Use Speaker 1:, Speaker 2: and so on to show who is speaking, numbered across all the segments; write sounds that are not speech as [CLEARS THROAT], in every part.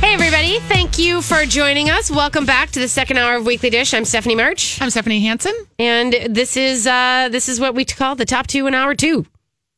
Speaker 1: Hey, everybody. Thank you for joining us. Welcome back to the second hour of Weekly Dish. I'm Stephanie March.
Speaker 2: I'm Stephanie Hansen.
Speaker 1: And this is uh, this is what we call the top two in hour two.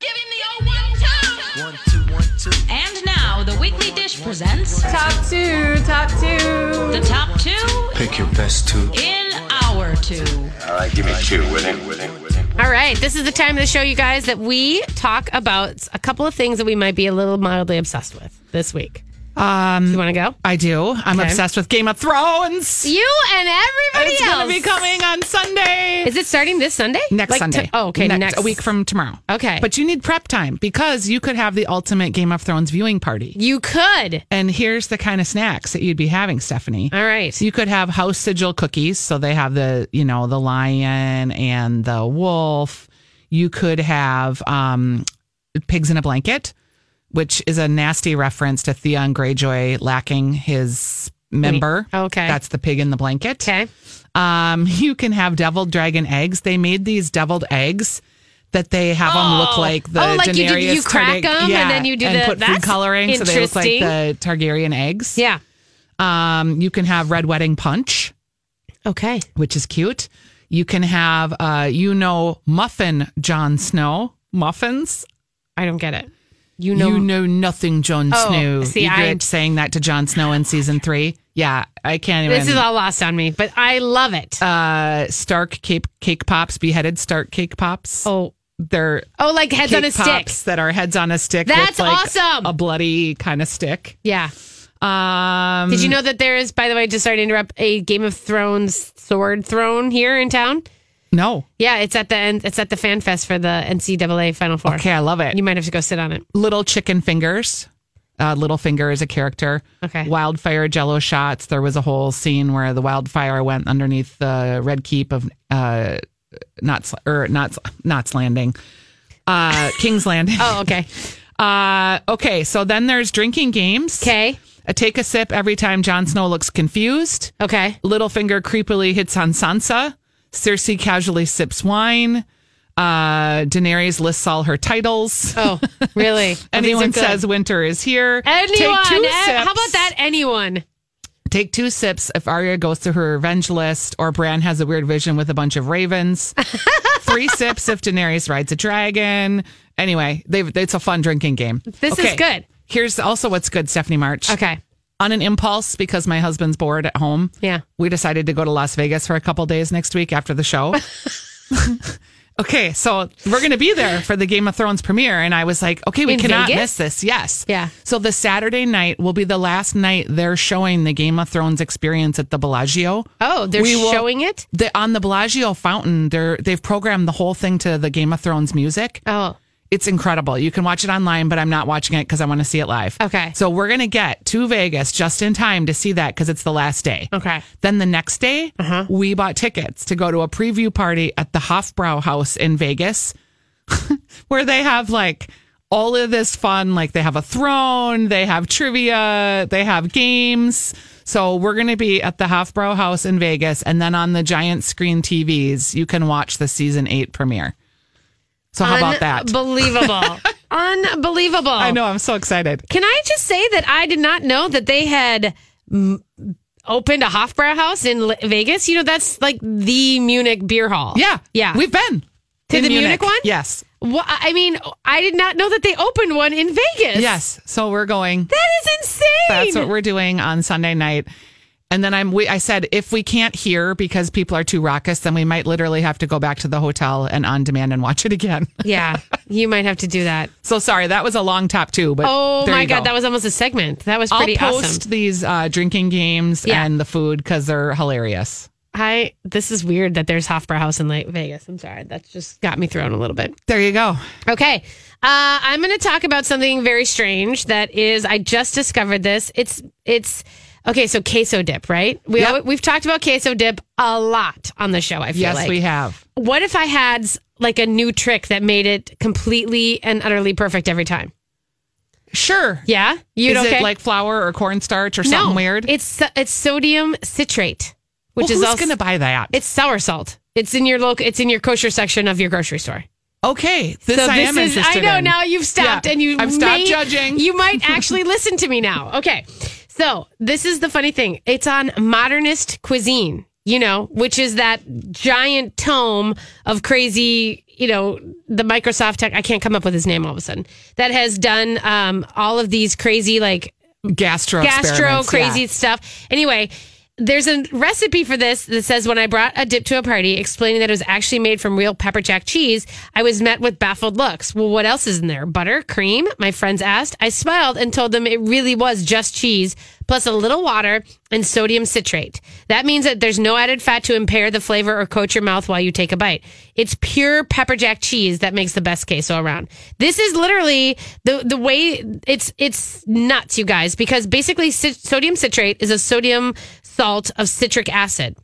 Speaker 3: Give him the old one two. One two one two.
Speaker 4: And now the Weekly Dish presents
Speaker 5: Top two, top two.
Speaker 4: the top two
Speaker 6: Pick your best two.
Speaker 4: in our two.
Speaker 6: All right, give me two. With him, with him, with him.
Speaker 1: All right. This is the time of the show, you guys, that we talk about a couple of things that we might be a little mildly obsessed with this week. Um, you want to go?
Speaker 2: I do. I'm
Speaker 1: Okay.
Speaker 2: obsessed with Game of Thrones.
Speaker 1: You and everybody
Speaker 2: It's
Speaker 1: else.
Speaker 2: going to be coming on Sunday.
Speaker 1: is it starting this Sunday?
Speaker 2: next
Speaker 1: Like to-
Speaker 2: Sunday.
Speaker 1: oh, okay. Next,
Speaker 2: a week from tomorrow.
Speaker 1: Okay.
Speaker 2: But you need prep time because you could have the ultimate Game of Thrones viewing party.
Speaker 1: You could.
Speaker 2: And here's the kind of snacks that you'd be having, Stephanie.
Speaker 1: All right.
Speaker 2: You could have house sigil cookies. So they have the, you know, the lion and the wolf. You could have um, pigs in a blanket, which is a nasty reference to Theon Greyjoy lacking his member.
Speaker 1: okay.
Speaker 2: That's the pig in the blanket.
Speaker 1: okay.
Speaker 2: Um, [LAUGHS] you can have deviled dragon eggs. They made these deviled eggs that they have them look like the
Speaker 1: Oh, like you do-
Speaker 2: Daenerys
Speaker 1: you crack
Speaker 2: Targa-
Speaker 1: 'em and
Speaker 2: yeah,
Speaker 1: then you do
Speaker 2: and
Speaker 1: the-
Speaker 2: put food
Speaker 1: that's
Speaker 2: coloring so they look like the
Speaker 1: interesting.
Speaker 2: Targaryen eggs.
Speaker 1: Yeah.
Speaker 2: Um, you can have red wedding punch,
Speaker 1: Okay.
Speaker 2: which is cute. You can have uh, you know muffin Jon Snow muffins.
Speaker 1: I don't get it. You know.
Speaker 2: You know nothing, Jon
Speaker 1: Oh,
Speaker 2: Snow.
Speaker 1: see,
Speaker 2: you
Speaker 1: I-
Speaker 2: kept saying that to Jon Snow in season three. Yeah, I can't even.
Speaker 1: this is all lost on me, but I love it.
Speaker 2: uh, Stark cake, cake pops, beheaded Stark cake pops.
Speaker 1: oh.
Speaker 2: they're
Speaker 1: Oh, like heads
Speaker 2: cake
Speaker 1: on a stick.
Speaker 2: pops that are heads on a stick.
Speaker 1: That's
Speaker 2: with, like,
Speaker 1: awesome.
Speaker 2: A bloody kind of stick.
Speaker 1: Yeah.
Speaker 2: Um,
Speaker 1: Did you know that there is, by the way, just sorry to interrupt, a Game of Thrones sword throne here in town?
Speaker 2: no.
Speaker 1: Yeah, it's at the end. It's at the Fan Fest for the NCAA Final Four.
Speaker 2: Okay, I love it.
Speaker 1: You might have to go sit on it.
Speaker 2: Little chicken fingers. Uh, Little finger is a character.
Speaker 1: Okay.
Speaker 2: Wildfire Jello shots. There was a whole scene where the wildfire went underneath the red keep of uh, Knots or Knots Knots Landing, uh, [LAUGHS] King's Landing.
Speaker 1: Oh, okay.
Speaker 2: Uh, okay, so then there's drinking games.
Speaker 1: Okay.
Speaker 2: A take a sip every time Jon Snow looks confused.
Speaker 1: Okay.
Speaker 2: Littlefinger creepily hits on Sansa. Cersei casually sips wine. Uh, Daenerys lists all her titles.
Speaker 1: [LAUGHS] Oh, really? [LAUGHS] Oh, these are
Speaker 2: [LAUGHS] Anyone
Speaker 1: good.
Speaker 2: says winter is here.
Speaker 1: anyone.
Speaker 2: Take two
Speaker 1: Eh,
Speaker 2: sips.
Speaker 1: How about that? Anyone.
Speaker 2: Take two sips if Arya goes to her revenge list or Bran has a weird vision with a bunch
Speaker 1: [LAUGHS]
Speaker 2: of ravens. Three sips if Daenerys rides a dragon. Anyway, they've, it's a fun drinking game.
Speaker 1: This is good.
Speaker 2: Here's also what's good, Stephanie March.
Speaker 1: Okay.
Speaker 2: On an impulse, because my husband's bored at home,
Speaker 1: Yeah.
Speaker 2: we decided to go to Las Vegas for a couple days next week after the
Speaker 1: [LAUGHS]
Speaker 2: show. okay, so we're going to be there for the Game of Thrones premiere. And I was like, okay, we
Speaker 1: In
Speaker 2: cannot
Speaker 1: Vegas?
Speaker 2: miss this. Yes.
Speaker 1: Yeah.
Speaker 2: So the Saturday night will be the last night they're showing the Game of Thrones experience at the Bellagio.
Speaker 1: Oh, they're
Speaker 2: We will-
Speaker 1: showing it.
Speaker 2: The, on the Bellagio fountain, they're, they've programmed the whole thing to the Game of Thrones music.
Speaker 1: Oh,
Speaker 2: It's incredible. You can watch it online, but I'm not watching it because I want to see it live.
Speaker 1: Okay.
Speaker 2: So we're going to get to Vegas just in time to see that because it's the last day.
Speaker 1: Okay. Uh-huh.
Speaker 2: Then the next day, we bought tickets to go to a preview party at the Hofbrau House in Vegas, [LAUGHS] where they have like all of this fun. Like they have a throne, they have trivia, they have games. So we're going to be at the Hofbrau House in Vegas. And then on the giant screen TVs, you can watch the season eight premiere. So how about that?
Speaker 1: Unbelievable.
Speaker 2: [LAUGHS]
Speaker 1: Unbelievable.
Speaker 2: I know. I'm so excited.
Speaker 1: Can I just say that I did not know that they had mm, opened a Hofbrauhaus house in L- Vegas? You know, that's like the Munich beer hall.
Speaker 2: Yeah.
Speaker 1: Yeah.
Speaker 2: We've been
Speaker 1: To
Speaker 2: in
Speaker 1: the Munich one?
Speaker 2: Yes.
Speaker 1: Wha- I mean, I did not know that they opened one in Vegas.
Speaker 2: Yes. So we're going.
Speaker 1: That is insane.
Speaker 2: That's what we're doing on Sunday night. And then I'm. We, I said if we can't hear because people are too raucous, then we might literally have to go back to the hotel and on demand and watch it again. [LAUGHS]
Speaker 1: yeah. You might have to do that.
Speaker 2: So sorry, that was a long top two. But
Speaker 1: Oh
Speaker 2: there
Speaker 1: my
Speaker 2: you
Speaker 1: God.
Speaker 2: go.
Speaker 1: That was almost a segment. That was
Speaker 2: I'll
Speaker 1: pretty
Speaker 2: post
Speaker 1: awesome.
Speaker 2: these uh, drinking games
Speaker 1: Yeah.
Speaker 2: and the food because they're hilarious.
Speaker 1: I, this is weird that there's Hofbrauhaus house in like Vegas. I'm sorry. That's just got me thrown a little bit.
Speaker 2: There you go.
Speaker 1: Okay. Uh, I'm going to talk about something very strange that is. I just discovered this. It's it's okay. So queso dip, right? We
Speaker 2: Yep.
Speaker 1: al- we've talked about queso dip a lot on the show. I feel
Speaker 2: Yes,
Speaker 1: like
Speaker 2: we have.
Speaker 1: What if I had s- like a new trick that made it completely and utterly perfect every time?
Speaker 2: Sure.
Speaker 1: Yeah, you
Speaker 2: Is
Speaker 1: okay?
Speaker 2: it like flour or cornstarch or something
Speaker 1: no,
Speaker 2: weird?
Speaker 1: It's so- it's sodium citrate, which
Speaker 2: well,
Speaker 1: is
Speaker 2: who's
Speaker 1: also
Speaker 2: going to buy that?
Speaker 1: it's sour salt. It's in your local. It's in your kosher section of your grocery store.
Speaker 2: okay. This I am interested
Speaker 1: I know
Speaker 2: in.
Speaker 1: now you've stopped
Speaker 2: Yeah,
Speaker 1: and you.
Speaker 2: I've stopped
Speaker 1: may-
Speaker 2: judging.
Speaker 1: You might actually listen to me now. Okay, so this is the funny thing. It's on modernist cuisine, you know, which is that giant tome of crazy. You know, the Microsoft tech. I can't come up with his name all of a sudden. That has done um, all of these crazy like
Speaker 2: gastro
Speaker 1: gastro
Speaker 2: experiments,
Speaker 1: crazy
Speaker 2: yeah.
Speaker 1: stuff. Anyway, there's a recipe for this that says when I brought a dip to a party explaining that it was actually made from real pepper jack cheese, I was met with baffled looks. Well, what else is in there? Butter, cream? My friends asked. I smiled and told them it really was just cheese plus a little water and sodium citrate. That means that there's no added fat to impair the flavor or coat your mouth while you take a bite. It's pure pepper jack cheese that makes the best queso around. This is literally the the way it's it's nuts, you guys, because basically cit- sodium citrate is a sodium salt of citric acid,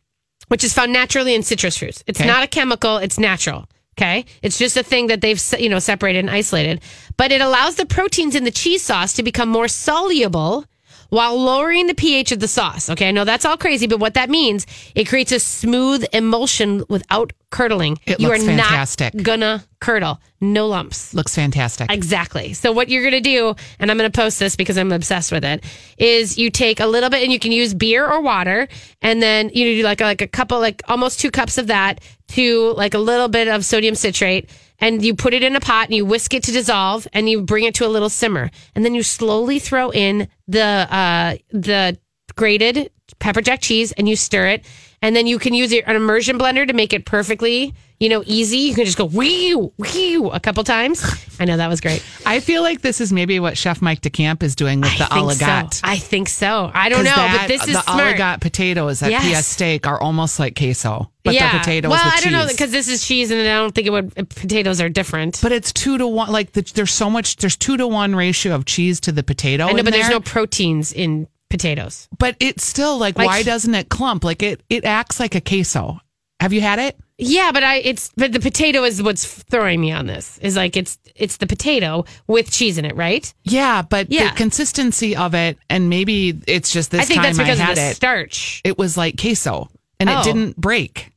Speaker 1: which is found naturally in citrus fruits. It's
Speaker 2: Okay.
Speaker 1: not a chemical; it's natural. Okay, it's just a thing that they've se- you know separated and isolated, but it allows the proteins in the cheese sauce to become more soluble while lowering the pH of the sauce. Okay, I know that's all crazy, but what that means, it creates a smooth emulsion without curdling.
Speaker 2: It
Speaker 1: you
Speaker 2: looks
Speaker 1: are
Speaker 2: fantastic.
Speaker 1: not gonna curdle. No lumps.
Speaker 2: Looks fantastic.
Speaker 1: Exactly. So what you're going to do, and I'm going to post this because I'm obsessed with it, is you take a little bit and you can use beer or water, and then you do like like a couple, like almost two cups of that to like a little bit of sodium citrate, and you put it in a pot and you whisk it to dissolve, and you bring it to a little simmer, and then you slowly throw in the uh, the grated pepper jack cheese and you stir it. And then you can use your- an immersion blender to make it perfectly, you know, easy. You can just go whew, whew a couple times. I know that was great.
Speaker 2: I feel like this is maybe what Chef Mike DeCamp is doing with the
Speaker 1: I think
Speaker 2: oligot.
Speaker 1: So. I think so. I don't know,
Speaker 2: 'Cause
Speaker 1: but
Speaker 2: that-
Speaker 1: this is
Speaker 2: the
Speaker 1: smart.
Speaker 2: oligot potatoes at
Speaker 1: Yes.
Speaker 2: PS Steak are almost like queso, but the potatoes
Speaker 1: Well,
Speaker 2: with
Speaker 1: I don't know
Speaker 2: cheese.
Speaker 1: because this is cheese, and I don't think it would. uh, Potatoes are different.
Speaker 2: but it's two to one. Like the, there's so much. There's two to one ratio of cheese to the potato.
Speaker 1: I know,
Speaker 2: in
Speaker 1: but there's
Speaker 2: there.
Speaker 1: no proteins in potatoes.
Speaker 2: But it's still like,
Speaker 1: Like-
Speaker 2: why doesn't it clump? Like it, it acts like a queso. Have you had it?
Speaker 1: Yeah, but I it's but the potato is what's throwing me on this. Is like it's it's the potato with cheese in it, right?
Speaker 2: Yeah, but
Speaker 1: Yeah.
Speaker 2: the consistency of it, and maybe it's just this
Speaker 1: I think
Speaker 2: time
Speaker 1: that's because
Speaker 2: I
Speaker 1: of
Speaker 2: had
Speaker 1: the
Speaker 2: it.
Speaker 1: starch.
Speaker 2: it was like queso, and
Speaker 1: Oh.
Speaker 2: it didn't break.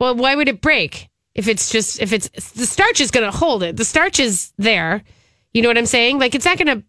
Speaker 1: Well, why would it break if it's just if it's the starch is going to hold it? The starch is there. You know what I'm saying? Like it's not going to.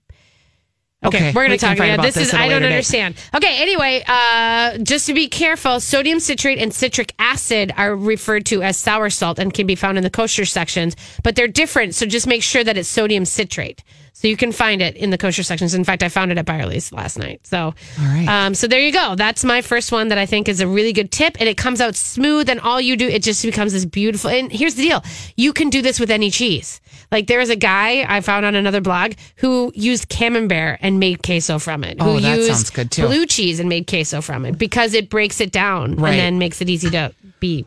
Speaker 1: Okay,
Speaker 2: Okay,
Speaker 1: we're going
Speaker 2: we
Speaker 1: to
Speaker 2: can
Speaker 1: talk
Speaker 2: fight
Speaker 1: about,
Speaker 2: about
Speaker 1: this.
Speaker 2: this
Speaker 1: is
Speaker 2: at a
Speaker 1: I don't
Speaker 2: later date.
Speaker 1: understand. Okay, anyway, uh, just to be careful, sodium citrate and citric acid are referred to as sour salt and can be found in the kosher sections, but they're different. So just make sure that it's sodium citrate. So you can find it in the kosher sections. In fact, I found it at Byerly's last night. So
Speaker 2: All right.
Speaker 1: um, so there you go. That's my first one that I think is a really good tip, and it comes out smooth. And all you do, it just becomes this beautiful. And here's the deal: you can do this with any cheese. Like there is a guy I found on another blog who used camembert and made queso from it.
Speaker 2: Oh,
Speaker 1: who
Speaker 2: that
Speaker 1: used
Speaker 2: sounds good, too.
Speaker 1: Blue cheese and made queso from it because it breaks it down
Speaker 2: Right.
Speaker 1: and then makes it easy to be.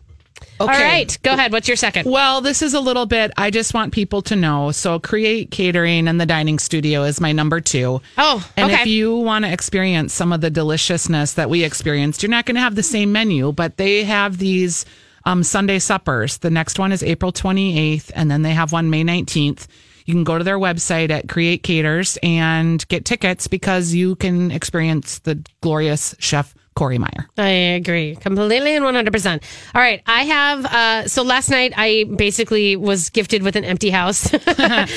Speaker 2: Okay.
Speaker 1: All right, go ahead. What's your second?
Speaker 2: Well, this is a little bit. I just want people to know. So, Create Catering and the Dining Studio is my number two.
Speaker 1: Oh,
Speaker 2: and
Speaker 1: okay.
Speaker 2: if you want to experience some of the deliciousness that we experienced, you're not going to have the same menu, but they have these um, Sunday suppers. The next one is April 28th, and then they have one May 19th. You can go to their website at Create Caters and get tickets because you can experience the glorious chef Corey Meyer.
Speaker 1: I agree completely and 100%. All right. I have, uh, so last night I basically was gifted with an empty house [LAUGHS]
Speaker 2: [LAUGHS]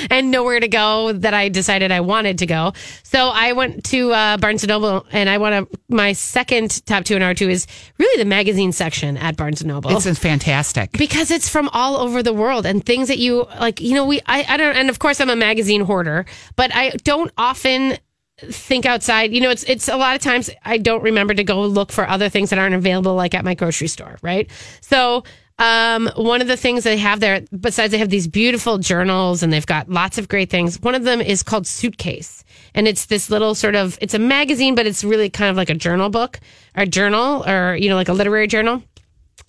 Speaker 1: and nowhere to go that I decided I wanted to go. So I went to uh, Barnes and Noble and I want to, my second top two and R two is really the magazine section at Barnes and Noble
Speaker 2: It's fantastic.
Speaker 1: because it's from all over the world and things that you like you know we I, I don't and of course i'm a magazine hoarder but i don't often think outside you know it's it's a lot of times i don't remember to go look for other things that aren't available like at my grocery store right so um, one of the things they have there besides they have these beautiful journals and they've got lots of great things one of them is called suitcase and it's this little sort of it's a magazine but it's really kind of like a journal book or journal or you know like a literary journal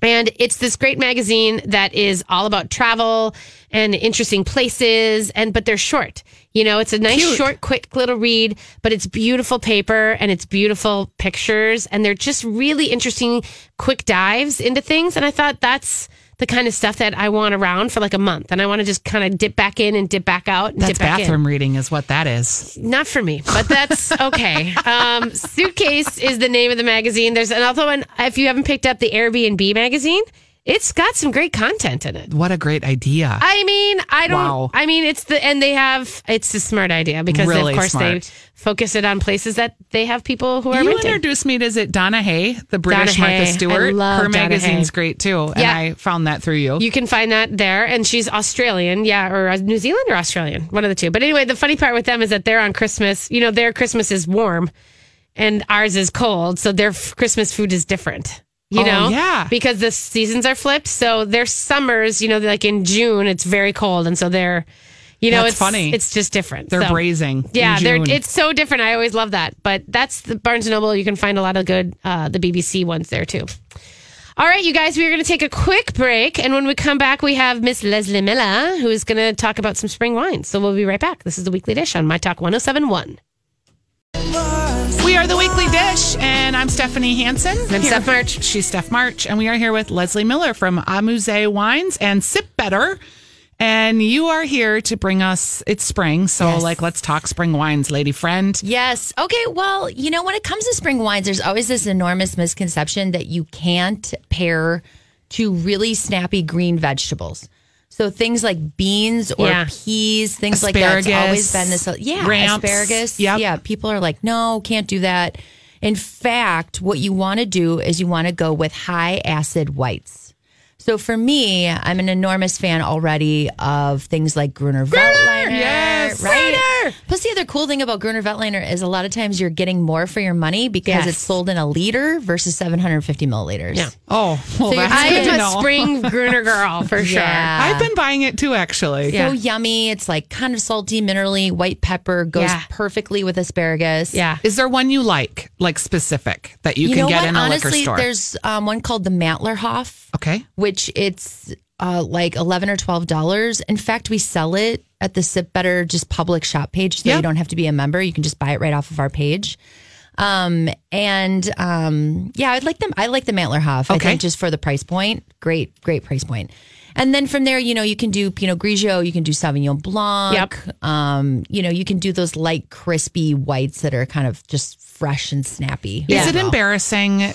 Speaker 1: And it's this great magazine that is all about travel and interesting places and but they're short. You know, it's a nice short quick little read, but it's beautiful paper and it's beautiful pictures and they're just really interesting quick dives into things and I thought that's the kind of stuff that I want around for like a month and I want to just kind of dip back in and dip back out and
Speaker 2: That's
Speaker 1: dip back in
Speaker 2: bathroom reading, is what that is.
Speaker 1: not for me, but
Speaker 2: [LAUGHS]
Speaker 1: that's okay. um, Suitcase is the name of the magazine. There's another one. If you haven't picked up the Airbnb magazine, it's got some great content in it.
Speaker 2: What a great idea.
Speaker 1: I mean, I don't.
Speaker 2: Wow.
Speaker 1: I mean, it's the and they have. It's a smart idea because
Speaker 2: Really
Speaker 1: of course
Speaker 2: smart.
Speaker 1: they focus it on places that they have people who are
Speaker 2: you
Speaker 1: renting.
Speaker 2: introduced me to is it Donna Hay, the British
Speaker 1: Donna Hay.
Speaker 2: Martha
Speaker 1: I
Speaker 2: Stewart.
Speaker 1: love
Speaker 2: Her
Speaker 1: Donna
Speaker 2: magazine's
Speaker 1: Hay.
Speaker 2: great too, and
Speaker 1: Yeah.
Speaker 2: I found that through you.
Speaker 1: You can find that there. And she's Australian, yeah, or uh, New Zealand or Australian, one of the two. But anyway, the funny part with them is that they're on Christmas. You know, their Christmas is warm and ours is cold. So their f- Christmas food is different. You
Speaker 2: Oh,
Speaker 1: know,
Speaker 2: yeah.
Speaker 1: because the seasons are flipped. So their summers, you know, like in June, it's very cold, and so they're, you know,
Speaker 2: That's
Speaker 1: it's
Speaker 2: funny.
Speaker 1: It's just different.
Speaker 2: They're
Speaker 1: So-
Speaker 2: braising. in
Speaker 1: yeah, they're,
Speaker 2: June.
Speaker 1: it's so different. I always love that. But that's the Barnes and Noble. You can find a lot of good, uh, the BBC ones there too. All right, you guys, we are going to take a quick break. And when we come back, we have Miss Leslie Miller, who is going to talk about some spring wines. So we'll be right back. This is the Weekly Dish on My Talk 1071.
Speaker 2: We are the Weekly Dish, and I'm Stephanie Hansen.
Speaker 1: I'm
Speaker 2: Here-
Speaker 1: Steph March.
Speaker 2: She's Steph March, and we are here with Leslie Miller from Amuse Wines and Sip Better. And you are here to bring us, it's spring, so like let's talk spring wines, lady friend.
Speaker 7: Yes. Okay. Well, you know, when it comes to spring wines, there's always this enormous misconception that you can't pair two really snappy green vegetables. So things like beans or
Speaker 1: Yeah.
Speaker 7: peas, things like that. It's
Speaker 2: Asparagus,
Speaker 7: always been this. Yeah,
Speaker 2: ramps.
Speaker 7: asparagus.
Speaker 2: Yep.
Speaker 7: Yeah, people are like, no, can't do that. In fact, what you want to do is you want to go with high acid whites. So for me, I'm an enormous fan already of things like Gruner Veltliner.
Speaker 2: yes.
Speaker 7: right. Plus, the other cool thing about Gruner Veltliner is a lot of times you're getting more for your money because
Speaker 1: Yes.
Speaker 7: it's sold in a liter versus 750 milliliters.
Speaker 1: Yeah.
Speaker 2: Oh, well,
Speaker 7: So you're-
Speaker 2: that's
Speaker 1: I
Speaker 2: good to
Speaker 1: am
Speaker 2: know.
Speaker 1: a spring Gruner girl for sure.
Speaker 7: Yeah.
Speaker 2: I've been buying it too, actually.
Speaker 7: So yummy. It's like kind of salty, minerally, white pepper goes
Speaker 1: Yeah.
Speaker 7: perfectly with asparagus.
Speaker 1: Yeah.
Speaker 2: Is there one you like, like specific, that you,
Speaker 7: You
Speaker 2: can
Speaker 7: know
Speaker 2: get
Speaker 7: what?
Speaker 2: in a liquor
Speaker 7: Honestly,
Speaker 2: store?
Speaker 7: there's um, one called the Matlerhof,
Speaker 2: okay.
Speaker 7: which it's uh, like 11 or $12. In fact, we sell it at the Sip Better just public shop page. So
Speaker 2: Yeah.
Speaker 7: you don't have to be a member. You can just buy it right off of our page. Um, and um, yeah, I'd like them. I like the Mantlerhof. I
Speaker 2: Okay.
Speaker 7: think just for the price point. Great, great price point. And then from there, you know, you can do Pinot Grigio, you can do Sauvignon Blanc.
Speaker 1: Yep.
Speaker 7: Um, you know, you can do those light, crispy whites that are kind of just fresh and snappy.
Speaker 2: Is it embarrassing?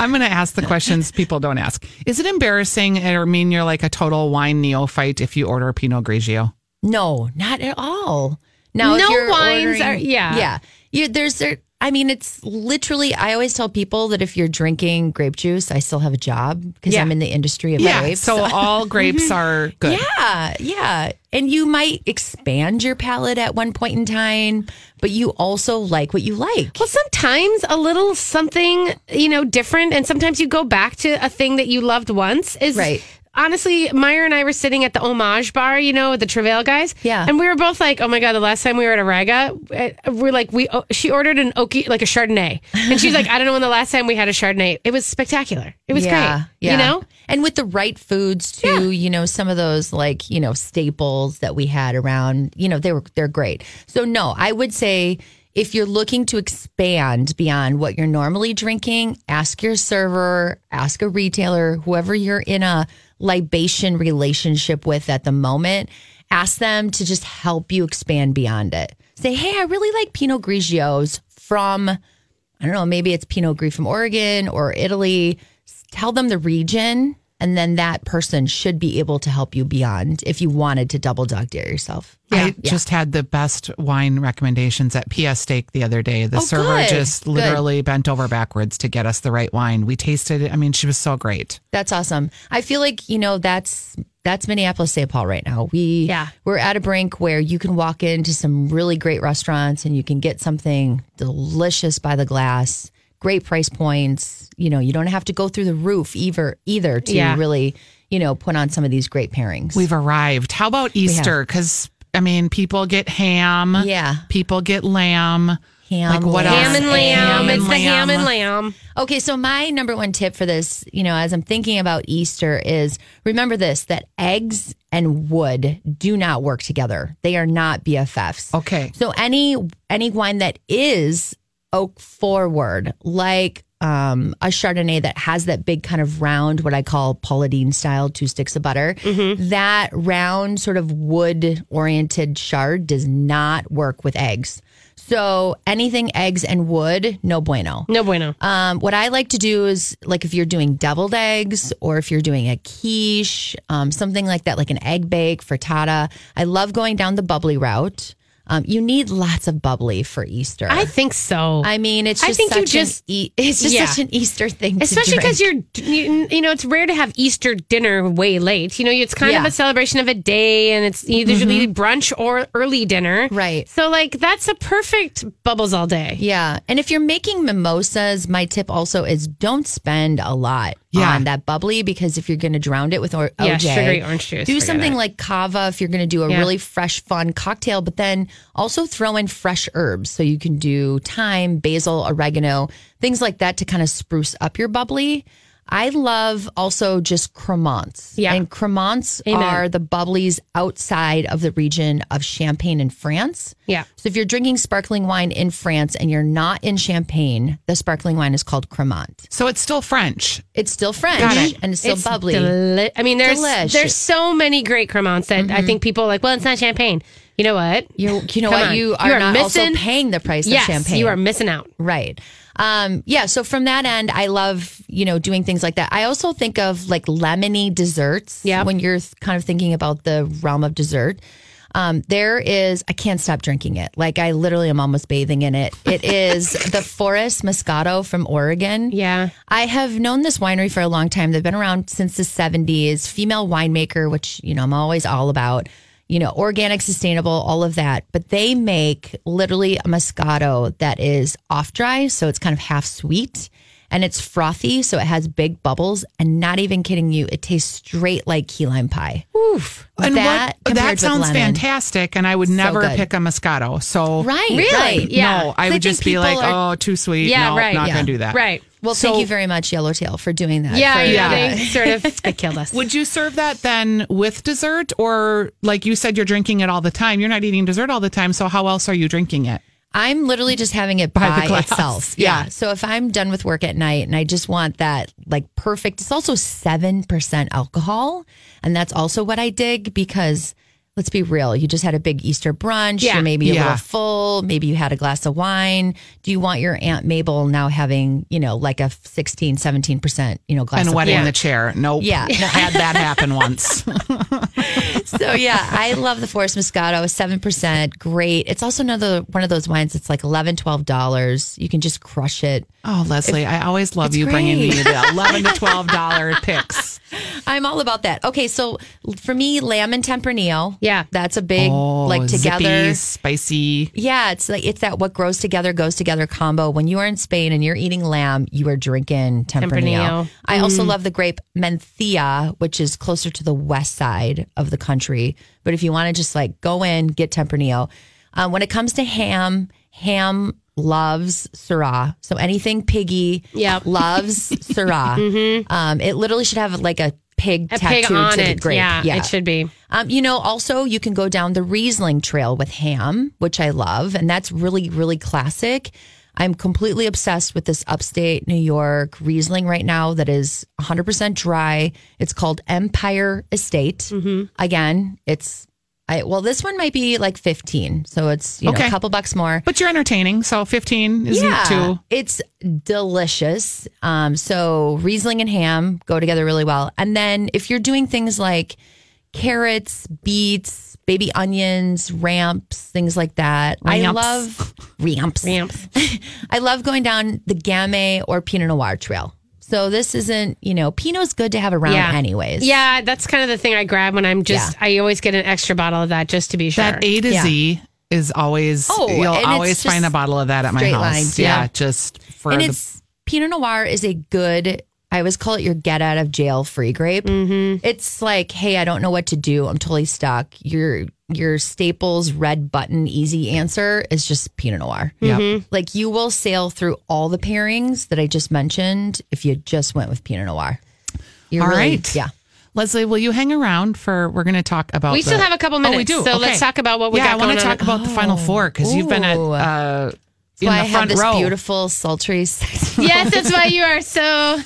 Speaker 2: I'm going to ask the questions people don't ask. Is it embarrassing or mean you're like a total wine neophyte if you order Pinot Grigio?
Speaker 7: No, not at all. Now, if
Speaker 1: No
Speaker 7: you're
Speaker 1: wines are- yeah.
Speaker 7: yeah. You, there's there. I mean, it's literally. I always tell people that if you're drinking grape juice, I still have a job because
Speaker 1: Yeah.
Speaker 7: I'm in the industry of grapes.
Speaker 2: So
Speaker 7: [LAUGHS]
Speaker 2: all grapes are good.
Speaker 7: Mm-hmm. Yeah, yeah. And you might expand your palate at one point in time, but you also like what you like.
Speaker 1: Well, sometimes a little something, you know, different. And sometimes you go back to a thing that you loved once is
Speaker 7: Right.
Speaker 1: Honestly, Meyer and I were sitting at the homage bar, you know, with the Travail guys.
Speaker 7: Yeah.
Speaker 1: And we were both like, oh my God, the last time we were at Araga, uh, we're like, we, oh, she ordered an Oki, like a Chardonnay. And she's
Speaker 7: [LAUGHS]
Speaker 1: like, I don't know when the last time we had a Chardonnay. It was spectacular. It was great. You know?
Speaker 7: And with the right foods too, you know, some of those like, you know, staples that we had around, you know, they were they're great. So no, I would say if you're looking to expand beyond what you're normally drinking, ask your server, ask a retailer, whoever you're in a libation relationship with at the moment, ask them to just help you expand beyond it. Say, "Hey, I really like Pinot Grigios from I don't know, maybe it's Pinot Gris from Oregon or Italy. S- Tell them the region, and then that person should be able to help you beyond if you wanted to double dog dare yourself.
Speaker 2: I just had the best wine recommendations at PS Steak the other day. The server
Speaker 7: Oh, good.
Speaker 2: just
Speaker 7: Good.
Speaker 2: literally bent over backwards to get us the right wine. We tasted it. I mean, she was so great.
Speaker 7: That's awesome. I feel like, you know, that's that's Minneapolis St. Paul right now. We
Speaker 1: Yeah.
Speaker 7: we're at a brink where you can walk into some really great restaurants and you can get something delicious by the glass, great price points. You know, you don't have to go through the roof either either to
Speaker 1: Yeah.
Speaker 7: really, you know, put on some of these great pairings.
Speaker 2: We've arrived. How about Easter? Because, I mean, people get ham.
Speaker 7: Yeah.
Speaker 2: People get lamb.
Speaker 7: ham.
Speaker 2: Like what
Speaker 7: lamb.
Speaker 1: Ham and lamb.
Speaker 2: Ham
Speaker 1: It's
Speaker 2: and
Speaker 1: the ham
Speaker 2: lamb.
Speaker 1: and lamb.
Speaker 7: Okay, so my number one tip for this, you know, as I'm thinking about Easter is remember this that eggs and wood do not work together. They are not BFFs.
Speaker 2: Okay.
Speaker 7: So any any wine that is oak forward, like um, a Chardonnay that has that big kind of round, what I call Paula Deen style, two sticks of butter, that round sort of wood oriented shard does not work with eggs. So anything eggs and wood, no bueno.
Speaker 1: No bueno.
Speaker 7: Um, what I like to do is like if you're doing deviled eggs or if you're doing a quiche, um, something like that, like an egg bake, frittata. I love going down the bubbly route. Um, you need lots of bubbly for Easter.
Speaker 1: I think so.
Speaker 7: I mean, it's
Speaker 1: I
Speaker 7: just
Speaker 1: think
Speaker 7: such
Speaker 1: you just-
Speaker 7: an e- it's just
Speaker 1: yeah.
Speaker 7: such an Easter thing, to
Speaker 1: Especially
Speaker 7: drink.
Speaker 1: because you're, you, you know, it's rare to have Easter dinner way late. You know, it's kind of
Speaker 7: Yeah. Mm-hmm.
Speaker 1: a celebration of a day, and it's either usually brunch or early dinner.
Speaker 7: Right.
Speaker 1: So, like, that's a perfect bubbles all day.
Speaker 7: Yeah. And if you're making mimosas, my tip also is don't spend a lot
Speaker 2: Yeah.
Speaker 7: on that bubbly because if you're going to drown it with or-
Speaker 1: Yeah,
Speaker 7: OJ,
Speaker 1: sugary orange juice,
Speaker 7: do
Speaker 1: forget
Speaker 7: something
Speaker 1: it.
Speaker 7: like cava if you're going to do a
Speaker 1: Yeah.
Speaker 7: really fresh, fun cocktail, but then also throw in fresh herbs. So you can do thyme, basil, oregano, things like that to kind of spruce up your bubbly. I love also just cremants.
Speaker 1: Yeah.
Speaker 7: And cremants
Speaker 1: Amen.
Speaker 7: are the bubblies outside of the region of Champagne in France.
Speaker 1: Yeah.
Speaker 7: So if you're drinking sparkling wine in France and you're not in Champagne, the sparkling wine is called Cremant.
Speaker 2: So it's still French.
Speaker 7: It's still French and it's still bubbly.
Speaker 1: deli- I mean, there's
Speaker 7: Delish.
Speaker 1: there's so many great cremants that I think people are like. Well, it's not champagne. You know what?
Speaker 7: Mm-hmm. You're, you know
Speaker 1: Come
Speaker 7: what?
Speaker 1: on.
Speaker 7: You
Speaker 1: You
Speaker 7: are,
Speaker 1: are
Speaker 7: not
Speaker 1: missing-
Speaker 7: also paying the price
Speaker 1: yes,
Speaker 7: of champagne.
Speaker 1: you are missing out.
Speaker 7: Right. Um, yeah. So from that end, I love, you know, doing things like that. I also think of like lemony desserts.
Speaker 1: Yep.
Speaker 7: When you're th- kind of thinking about the realm of dessert. Um, there is, I can't stop drinking it. Like I literally am almost bathing in it.
Speaker 1: [LAUGHS]
Speaker 7: It is the Forest Moscato from Oregon.
Speaker 1: Yeah.
Speaker 7: I have known this winery for a long time. They've been around since the 70s. Female winemaker, which, you know, I'm always all about, you know, organic, sustainable, all of that. But they make literally a Moscato that is off dry. So it's kind of half sweet and it's frothy. So it has big bubbles. And not even kidding you, it tastes straight like key lime pie. Oof.
Speaker 2: And
Speaker 7: that
Speaker 2: what,
Speaker 7: compared
Speaker 2: that
Speaker 7: with
Speaker 2: sounds
Speaker 7: lemon.
Speaker 2: fantastic. And I would never
Speaker 7: good.
Speaker 2: pick a Moscato. So
Speaker 7: Right.
Speaker 1: Really?
Speaker 7: Right.
Speaker 1: Yeah.
Speaker 2: No, I
Speaker 7: So I
Speaker 2: would
Speaker 7: think
Speaker 2: just be
Speaker 7: people
Speaker 2: like,
Speaker 7: are-
Speaker 2: oh, too sweet.
Speaker 1: Yeah,
Speaker 2: no,
Speaker 1: right.
Speaker 2: Not
Speaker 7: Yeah.
Speaker 2: going to do that.
Speaker 1: Right.
Speaker 7: Well,
Speaker 2: So-
Speaker 7: thank you very much, Yellowtail, for doing that.
Speaker 1: Yeah.
Speaker 7: for-
Speaker 1: Yeah.
Speaker 2: Yeah.
Speaker 1: They sort of
Speaker 7: [LAUGHS]
Speaker 1: they killed us.
Speaker 2: Would you serve that then with dessert? Or like you said, you're drinking it all the time. You're not eating dessert all the time. So how else are you drinking it?
Speaker 7: I'm literally just having it
Speaker 2: By
Speaker 7: by,
Speaker 2: the glass.
Speaker 7: itself.
Speaker 2: Yeah.
Speaker 7: Yeah. So if I'm done with work at night and I just want that like perfect, it's also 7% alcohol. And that's also what I dig because let's be real. You just had a big Easter brunch.
Speaker 1: Yeah.
Speaker 7: You're maybe a
Speaker 2: Yeah.
Speaker 7: little full. Maybe you had a glass of wine. Do you want your Aunt Mabel now having, you know, like a 16, 17%, you know, glass
Speaker 2: And
Speaker 7: of
Speaker 2: wet
Speaker 7: wine?
Speaker 2: in the chair. Nope.
Speaker 7: Yeah.
Speaker 2: I [LAUGHS] had that happen
Speaker 7: [LAUGHS]
Speaker 2: once.
Speaker 7: so yeah, I love the Forest Moscato, seven percent, great. It's also another one of those wines that's like 11 dollars. You can just crush it.
Speaker 2: Oh, Leslie, I always love you bringing me
Speaker 7: great.
Speaker 2: the eleven to twelve dollar picks.
Speaker 7: I'm all about that. Okay, so for me, lamb and tempranillo.
Speaker 1: Yeah.
Speaker 7: that's a big
Speaker 2: Oh,
Speaker 7: [LAUGHS] like together.
Speaker 2: zippy, spicy.
Speaker 7: Yeah, it's like it's that what grows together goes together combo. When you are in Spain and you're eating lamb, you are drinking tempranillo.
Speaker 1: Tempranillo. Mm.
Speaker 7: I also love the grape Menthea, which is closer to the west side of the country. But if you want to just like go in, get tempranillo. Um, when it comes to ham, ham loves Syrah. So anything piggy
Speaker 1: Yep. Mm-hmm. [LAUGHS]
Speaker 7: loves Syrah. um, it literally should have like a pig
Speaker 1: a
Speaker 7: tattooed
Speaker 1: pig on
Speaker 7: to the
Speaker 1: it?
Speaker 7: grape.
Speaker 1: Yeah, It should be.
Speaker 7: Um, you know, also you can go down the Riesling trail with ham, which I love, and that's really, really classic. I'm completely obsessed with this upstate New York Riesling right now that is 100% dry. It's called Empire Estate. Again, it's I well, this one might be like 15, so it's you know
Speaker 2: Okay.
Speaker 7: a couple bucks more.
Speaker 2: But you're entertaining, so fifteen isn't too.
Speaker 7: It's delicious. Um, so Riesling and ham go together really well. And then if you're doing things like carrots, beets, baby onions, ramps, things like that, I
Speaker 2: Ramps.
Speaker 7: love ramps.
Speaker 1: Ramps.
Speaker 7: [LAUGHS] I love going down the Gamay or Pinot Noir trail. So this isn't, you know, Pinot's good to have around
Speaker 1: Yeah.
Speaker 7: anyways.
Speaker 1: Yeah, that's kind of the thing I grab when I'm just. I always get an extra bottle of that just to be sure.
Speaker 2: That A to
Speaker 7: Yeah.
Speaker 2: Z is always.
Speaker 7: Oh,
Speaker 2: you'll
Speaker 7: and it's
Speaker 2: always
Speaker 7: just
Speaker 2: find a bottle of that at my
Speaker 7: straight
Speaker 2: house.
Speaker 7: lines,
Speaker 2: yeah.
Speaker 7: yeah.
Speaker 2: just for
Speaker 7: and
Speaker 2: the-
Speaker 7: it's Pinot Noir is a good. I always call it your get out
Speaker 2: Mm-hmm.
Speaker 7: of jail free grape. It's like, hey, I don't know what to do. I'm totally stuck. You're your staples red button easy answer is just Pinot Noir. Mm-hmm.
Speaker 2: Yep.
Speaker 7: Like you will sail through all the pairings that I just mentioned if you just went with Pinot Noir. You're
Speaker 2: All
Speaker 7: really-
Speaker 2: right.
Speaker 7: Yeah.
Speaker 2: Leslie, will you hang around for? We're going to talk about.
Speaker 1: We
Speaker 2: the-
Speaker 1: still have a couple
Speaker 2: Oh, we
Speaker 1: minutes,
Speaker 2: do.
Speaker 1: so let's
Speaker 2: Okay.
Speaker 1: talk about what we
Speaker 2: yeah,
Speaker 1: got
Speaker 2: I wanna
Speaker 1: going on.
Speaker 2: talk about the final four because you've been at
Speaker 7: Oh. Ooh.
Speaker 2: uh, in
Speaker 7: Why I
Speaker 2: the
Speaker 7: have
Speaker 2: front
Speaker 7: this
Speaker 2: row.
Speaker 7: beautiful sultry [LAUGHS] sex.
Speaker 1: yes, that's why you are so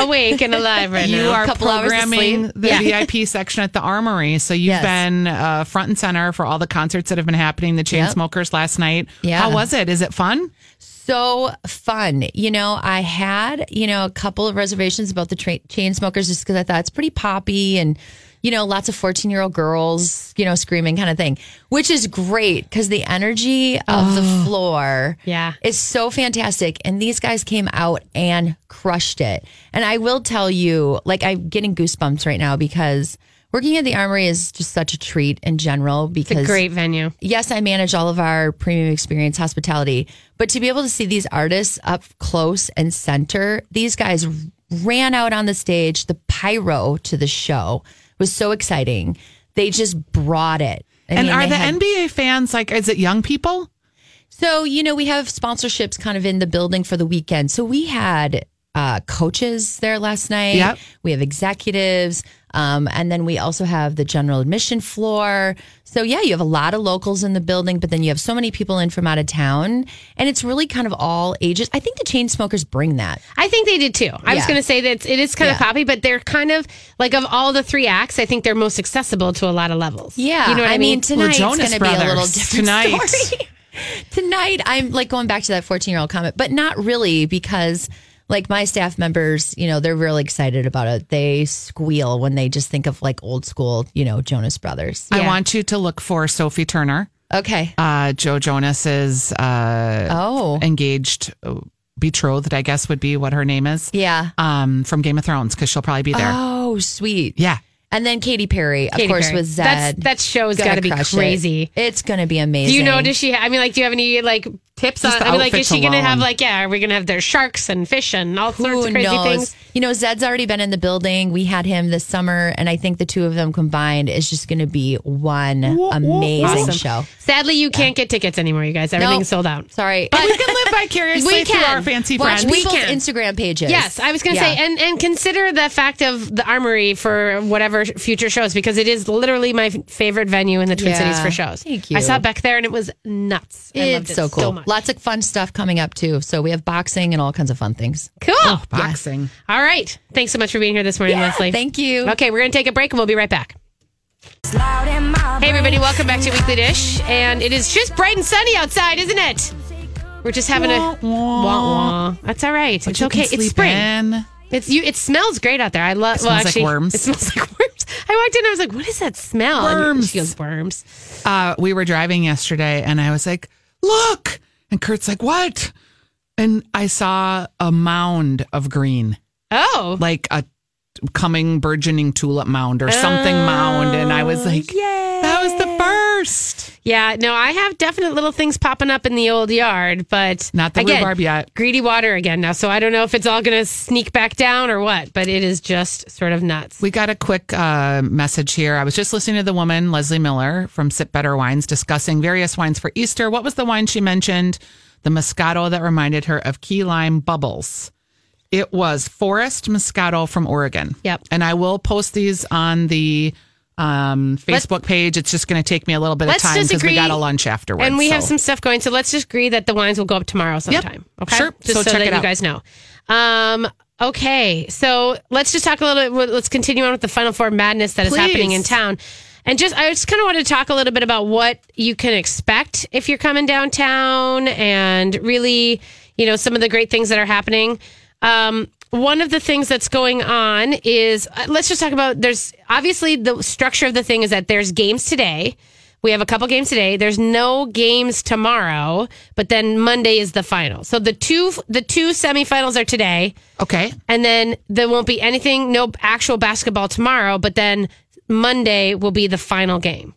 Speaker 1: awake and alive
Speaker 7: [LAUGHS]
Speaker 1: right
Speaker 2: you
Speaker 1: now.
Speaker 2: are
Speaker 7: couple hours of
Speaker 2: programming
Speaker 7: sleep.
Speaker 2: the
Speaker 1: Yeah.
Speaker 2: VIP [LAUGHS] section at the Armory. So you've
Speaker 7: Yes.
Speaker 2: been uh, front and center for all the concerts that have been happening. The Chainsmokers Smokers last night.
Speaker 7: Yeah.
Speaker 2: How was it? Is it fun?
Speaker 7: so fun. You know, I had, you know, a couple of reservations about the tra- chain smokers just because I thought it's pretty poppy and, you know, lots of 14 year old girls, you know, screaming kind of thing, which is great because the energy of the floor
Speaker 1: Oh. Yeah.
Speaker 7: is so fantastic. And these guys came out and crushed it. And I will tell you, like, I'm getting goosebumps right now because working at the Armory is just such a treat in general because
Speaker 1: It's a great venue.
Speaker 7: yes, I manage all of our premium experience hospitality, but to be able to see these artists up close and center, these guys ran out on the stage. The pyro to the show was so exciting. They just brought it. I
Speaker 2: and
Speaker 7: mean,
Speaker 2: are
Speaker 7: they
Speaker 2: the
Speaker 7: had-
Speaker 2: NBA fans like? Is it young people?
Speaker 7: so, you know, we have sponsorships kind of in the building for the weekend. So we had uh, coaches there last night.
Speaker 2: Yep.
Speaker 7: We have executives. Um, and then we also have the general admission floor. So, yeah, you have a lot of locals in the building, but then you have so many people in from out of town. And it's really kind of all ages. I think the chain smokers bring that.
Speaker 1: I think they did too. I was
Speaker 7: Yeah.
Speaker 1: going to say that it's- it is kind of
Speaker 7: Yeah.
Speaker 1: poppy, but they're kind of like of all the three acts, I think they're most accessible to a lot of levels. you know what I, mean.
Speaker 2: Well,
Speaker 7: tonight's going
Speaker 2: Jonas
Speaker 7: to be a little
Speaker 2: Brothers,
Speaker 7: different
Speaker 2: tonight.
Speaker 7: story. [LAUGHS] tonight i'm like going back to that 14 year old comment but not really because like my staff members you know they're really excited about it they squeal when they just think of like old school you know jonas brothers
Speaker 2: I want you to look for Sophie Turner,
Speaker 7: okay
Speaker 2: uh, Joe Jonas's uh,
Speaker 7: oh
Speaker 2: engaged, uh, betrothed, I guess would be what her name is.
Speaker 7: yeah
Speaker 2: Um, from Game of Thrones because she'll probably be there.
Speaker 7: oh sweet
Speaker 2: Yeah.
Speaker 7: and then Katy Perry, of
Speaker 1: Katy
Speaker 7: course,
Speaker 1: Perry.
Speaker 7: with Zed.
Speaker 1: That's- that show's
Speaker 7: Gonna
Speaker 1: gotta be
Speaker 7: crush it.
Speaker 1: crazy.
Speaker 7: It's going to be amazing.
Speaker 1: Do you know? Does she? I mean, like, do you have any like tips
Speaker 2: Just
Speaker 1: on?
Speaker 2: the
Speaker 1: I mean, like, is
Speaker 2: outfits
Speaker 1: she going to have
Speaker 2: alone.
Speaker 1: like? Yeah, are we going to have their sharks and fish and all sorts
Speaker 7: Who
Speaker 1: of crazy
Speaker 7: knows?
Speaker 1: things?
Speaker 7: You know, Zed's already been in the building. We had him this summer, and I think the two of them combined is just going to be one amazing show.
Speaker 1: Sadly, you can't get tickets anymore, you guys. Everything's sold out.
Speaker 7: Sorry.
Speaker 2: we can live vicariously
Speaker 1: We
Speaker 2: through
Speaker 1: can.
Speaker 2: our fancy
Speaker 7: Watch
Speaker 2: friends.
Speaker 1: we
Speaker 7: people's
Speaker 1: can.
Speaker 7: Instagram pages.
Speaker 1: Yes, I was going to
Speaker 7: Yeah.
Speaker 1: say, and and consider the fact of the Armory for whatever future shows because it is literally my f- favorite venue in the Twin
Speaker 7: Yeah.
Speaker 1: Cities for shows.
Speaker 7: Thank
Speaker 1: I saw
Speaker 7: you.
Speaker 1: Beck there, and it was nuts. I loved
Speaker 7: it's
Speaker 1: it
Speaker 7: so cool.
Speaker 1: much.
Speaker 7: Lots of fun stuff coming up too. So we have boxing and all kinds of fun things.
Speaker 1: cool.
Speaker 2: Boxing.
Speaker 1: All right. Thanks so much for being here this morning, Leslie.
Speaker 7: Thank you.
Speaker 1: Okay, we're going to take a break and we'll be right back. Hey, everybody, welcome back to Weekly Dish. And it is just bright and sunny outside, isn't it? We're just having a.
Speaker 2: Wah, wah.
Speaker 1: Wah, wah. That's all right. It's
Speaker 2: You
Speaker 1: okay.
Speaker 2: can
Speaker 1: It's
Speaker 2: sleep
Speaker 1: spring.
Speaker 2: in.
Speaker 1: It's you. It smells great out there. I love. well,
Speaker 2: smells like
Speaker 1: actually,
Speaker 2: worms.
Speaker 1: It smells [LAUGHS] like worms. I walked in. I was like, "What is that smell?" And
Speaker 2: Worms.
Speaker 1: she goes, "Worms."
Speaker 2: Uh, we were driving yesterday and I was like, look. And Kurt's like, what? And I saw a mound of green,
Speaker 1: Oh,
Speaker 2: like a coming burgeoning tulip mound or something mound. And I was like, yeah, that was the first.
Speaker 1: yeah. No, I have definite little things popping up in the old yard, but
Speaker 2: Not the
Speaker 1: again,
Speaker 2: rhubarb yet.
Speaker 1: Greedy water again now. So I don't know if it's all going to sneak back down or what, but it is just sort of nuts.
Speaker 2: We got a quick uh, message here. I was just listening to the woman, Leslie Miller from Sip Better Wines, discussing various wines for Easter. What was the wine she mentioned? The Moscato that reminded her of key lime bubbles. It was Forest Moscato from Oregon.
Speaker 1: Yep.
Speaker 2: And I will post these on the um, Facebook page. It's just going to take me a little bit of
Speaker 1: Let's
Speaker 2: time
Speaker 1: just
Speaker 2: because we
Speaker 1: agree-
Speaker 2: got a lunch afterwards.
Speaker 1: and we have
Speaker 2: so.
Speaker 1: some stuff going. So let's just agree that the wines will go up tomorrow sometime. Okay.
Speaker 2: Sure.
Speaker 1: Just so,
Speaker 2: So check
Speaker 1: that
Speaker 2: it
Speaker 1: you
Speaker 2: out.
Speaker 1: guys know. Um, okay. So let's just talk a little bit. Let's continue on with the Final Four madness that is
Speaker 2: Please.
Speaker 1: happening in town. And just, I just kind of want to talk a little bit about what you can expect if you're coming downtown and really, you know, some of the great things that are happening. Um, one of the things that's going on is uh, let's just talk about there's obviously the structure of the thing is that there's games today. We have a couple games today. There's no games tomorrow, but then Monday is the final. So the two the two semifinals are today,
Speaker 2: Okay.
Speaker 1: and then there won't be anything, no actual basketball tomorrow, but then Monday will be the final game.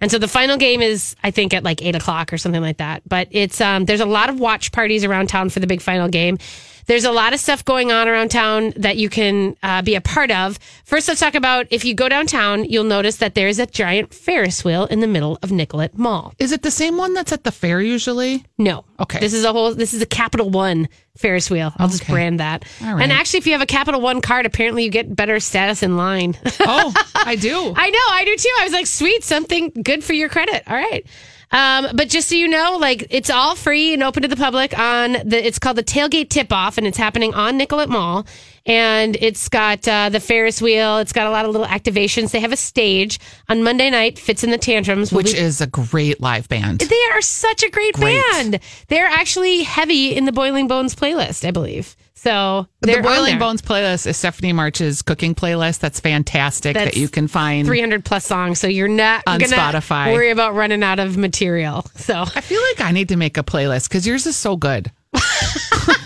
Speaker 1: And so the final game is, I think, at like eight o'clock or something like that. But it's um, there's a lot of watch parties around town for the big final game. There's a lot of stuff going on around town that you can uh, be a part of. First, let's talk about if you go downtown, you'll notice that there is a giant Ferris wheel in the middle of Nicollet Mall.
Speaker 2: Is it the same one that's at the fair usually?
Speaker 1: No.
Speaker 2: Okay.
Speaker 1: This is a whole, this is a Capital One Ferris wheel. I'll just
Speaker 2: Okay.
Speaker 1: brand that.
Speaker 2: All right.
Speaker 1: And actually, if you have a Capital One card, apparently you get better status in line. [LAUGHS]
Speaker 2: Oh, I do.
Speaker 1: I know, I do too. I was like, sweet, something good for your credit. All right. Um, but just so you know, like it's all free and open to the public on the, it's called the tailgate tip off and it's happening on Nicollet Mall. And it's got uh, the Ferris wheel. It's got a lot of little activations. They have a stage on Monday night, Fits in the Tantrums. will
Speaker 2: Which
Speaker 1: be-
Speaker 2: is a great live band.
Speaker 1: they are such a great,
Speaker 2: Great.
Speaker 1: band. They're actually heavy in the Boiling Bones playlist, I believe. So they're
Speaker 2: the
Speaker 1: on
Speaker 2: Boiling
Speaker 1: there.
Speaker 2: Bones playlist is Stephanie March's cooking playlist. That's fantastic
Speaker 1: That's
Speaker 2: that you can find.
Speaker 1: 300 plus songs. So you're not
Speaker 2: On
Speaker 1: gonna
Speaker 2: Spotify.
Speaker 1: worry about running out of material.
Speaker 2: [LAUGHS]
Speaker 1: So
Speaker 2: I feel like I need to make a playlist because yours is so good.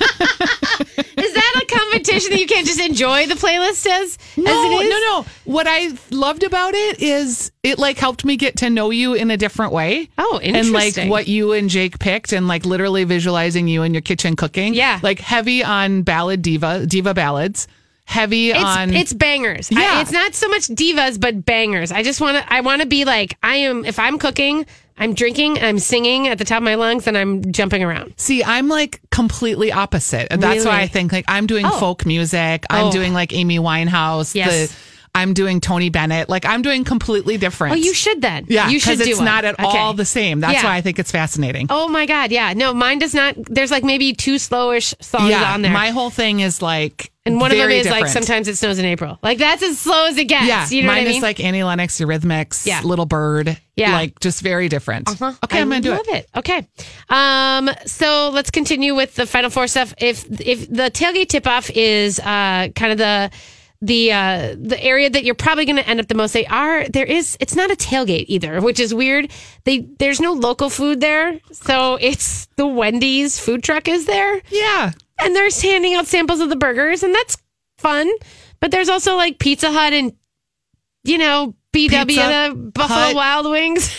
Speaker 1: is that a competition that you can't just enjoy the playlist as, as
Speaker 2: No,
Speaker 1: it is?
Speaker 2: no, no. What I loved about it is it like helped me get to know you in a different way.
Speaker 1: Oh,
Speaker 2: And like
Speaker 1: interesting.
Speaker 2: what you and Jake picked, and like literally visualizing you in your kitchen cooking.
Speaker 1: Yeah.
Speaker 2: like heavy on ballad diva diva ballads. Heavy
Speaker 1: It's,
Speaker 2: on
Speaker 1: it's bangers. I-
Speaker 2: Yeah.
Speaker 1: it's not so much divas, but bangers. I just want to, I want to be like, I am, if I'm cooking, I'm drinking, I'm singing at the top of my lungs and I'm jumping around.
Speaker 2: See, I'm like completely opposite. And That's why
Speaker 1: Really?
Speaker 2: I think like I'm doing
Speaker 1: Oh.
Speaker 2: folk music. I'm
Speaker 1: Oh.
Speaker 2: doing like Amy Winehouse.
Speaker 1: Yes.
Speaker 2: I'm doing Tony Bennett. Like I'm doing completely different.
Speaker 1: Oh, you should then.
Speaker 2: Yeah,
Speaker 1: You should
Speaker 2: because
Speaker 1: do
Speaker 2: it's
Speaker 1: one.
Speaker 2: not at
Speaker 1: Okay.
Speaker 2: all the same. That's
Speaker 1: Yeah.
Speaker 2: why I think it's fascinating.
Speaker 1: Oh my God. Yeah. No, mine does not. There's like maybe two slowish songs
Speaker 2: yeah,
Speaker 1: on there.
Speaker 2: my whole thing is like,
Speaker 1: and one of them
Speaker 2: very
Speaker 1: is like
Speaker 2: different.
Speaker 1: sometimes it snows in April. Like that's as slow as it gets.
Speaker 2: Yeah,
Speaker 1: You know
Speaker 2: mine
Speaker 1: what I mean?
Speaker 2: is like Annie Lennox, Eurythmics,
Speaker 1: Yeah.
Speaker 2: Little Bird.
Speaker 1: Yeah.
Speaker 2: like just very different.
Speaker 1: Huh?
Speaker 2: Okay,
Speaker 1: I
Speaker 2: I'm gonna do
Speaker 1: love it. Okay. Um, so let's continue with the final four stuff. If if the tailgate tip off is uh, kind of the the uh, the area that you're probably going to end up the most. They are there is it's not a tailgate either, which is weird. They there's no local food there, so it's the Wendy's food truck is there.
Speaker 2: Yeah,
Speaker 1: and they're handing out samples of the burgers, and that's fun. But there's also like Pizza Hut and you know BW
Speaker 2: Pizza
Speaker 1: the Buffalo
Speaker 2: Hut.
Speaker 1: Wild Wings.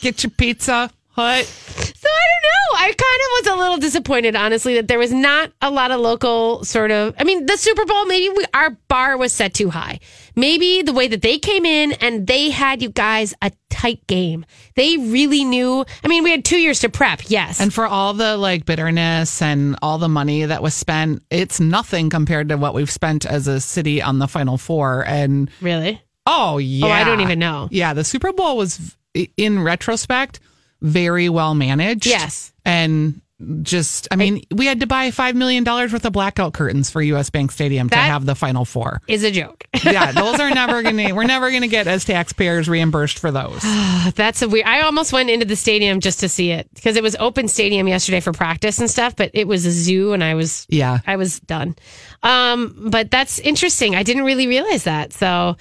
Speaker 1: [LAUGHS]
Speaker 2: get your pizza hut.
Speaker 1: so I don't know. I kind of was a little disappointed, honestly, that there was not a lot of local sort of. I mean, the Super Bowl. Maybe we, our bar was set too high. Maybe the way that they came in and they had you guys a tight game. They really knew. I mean, we had two years to prep. Yes,
Speaker 2: And for all the like bitterness and all the money that was spent, it's nothing compared to what we've spent as a city on the Final Four. And
Speaker 1: really.
Speaker 2: oh yeah,
Speaker 1: I don't even know.
Speaker 2: Yeah, the Super Bowl was, v- in retrospect, very well managed.
Speaker 1: Yes.
Speaker 2: and just I mean, we had to buy five million dollars worth of blackout curtains for U.S. Bank Stadium to
Speaker 1: That-
Speaker 2: have the Final Four.
Speaker 1: Is a joke. [LAUGHS]
Speaker 2: Yeah, those are never gonna. [LAUGHS] We're never gonna get as taxpayers reimbursed
Speaker 1: [GASPS]
Speaker 2: for those.
Speaker 1: That's a weird. I almost went into the stadium just to see it because it was open stadium yesterday for practice and stuff, but it was a zoo and I was
Speaker 2: Yeah.
Speaker 1: I was done. Um, but that's interesting. I didn't really realize that. So,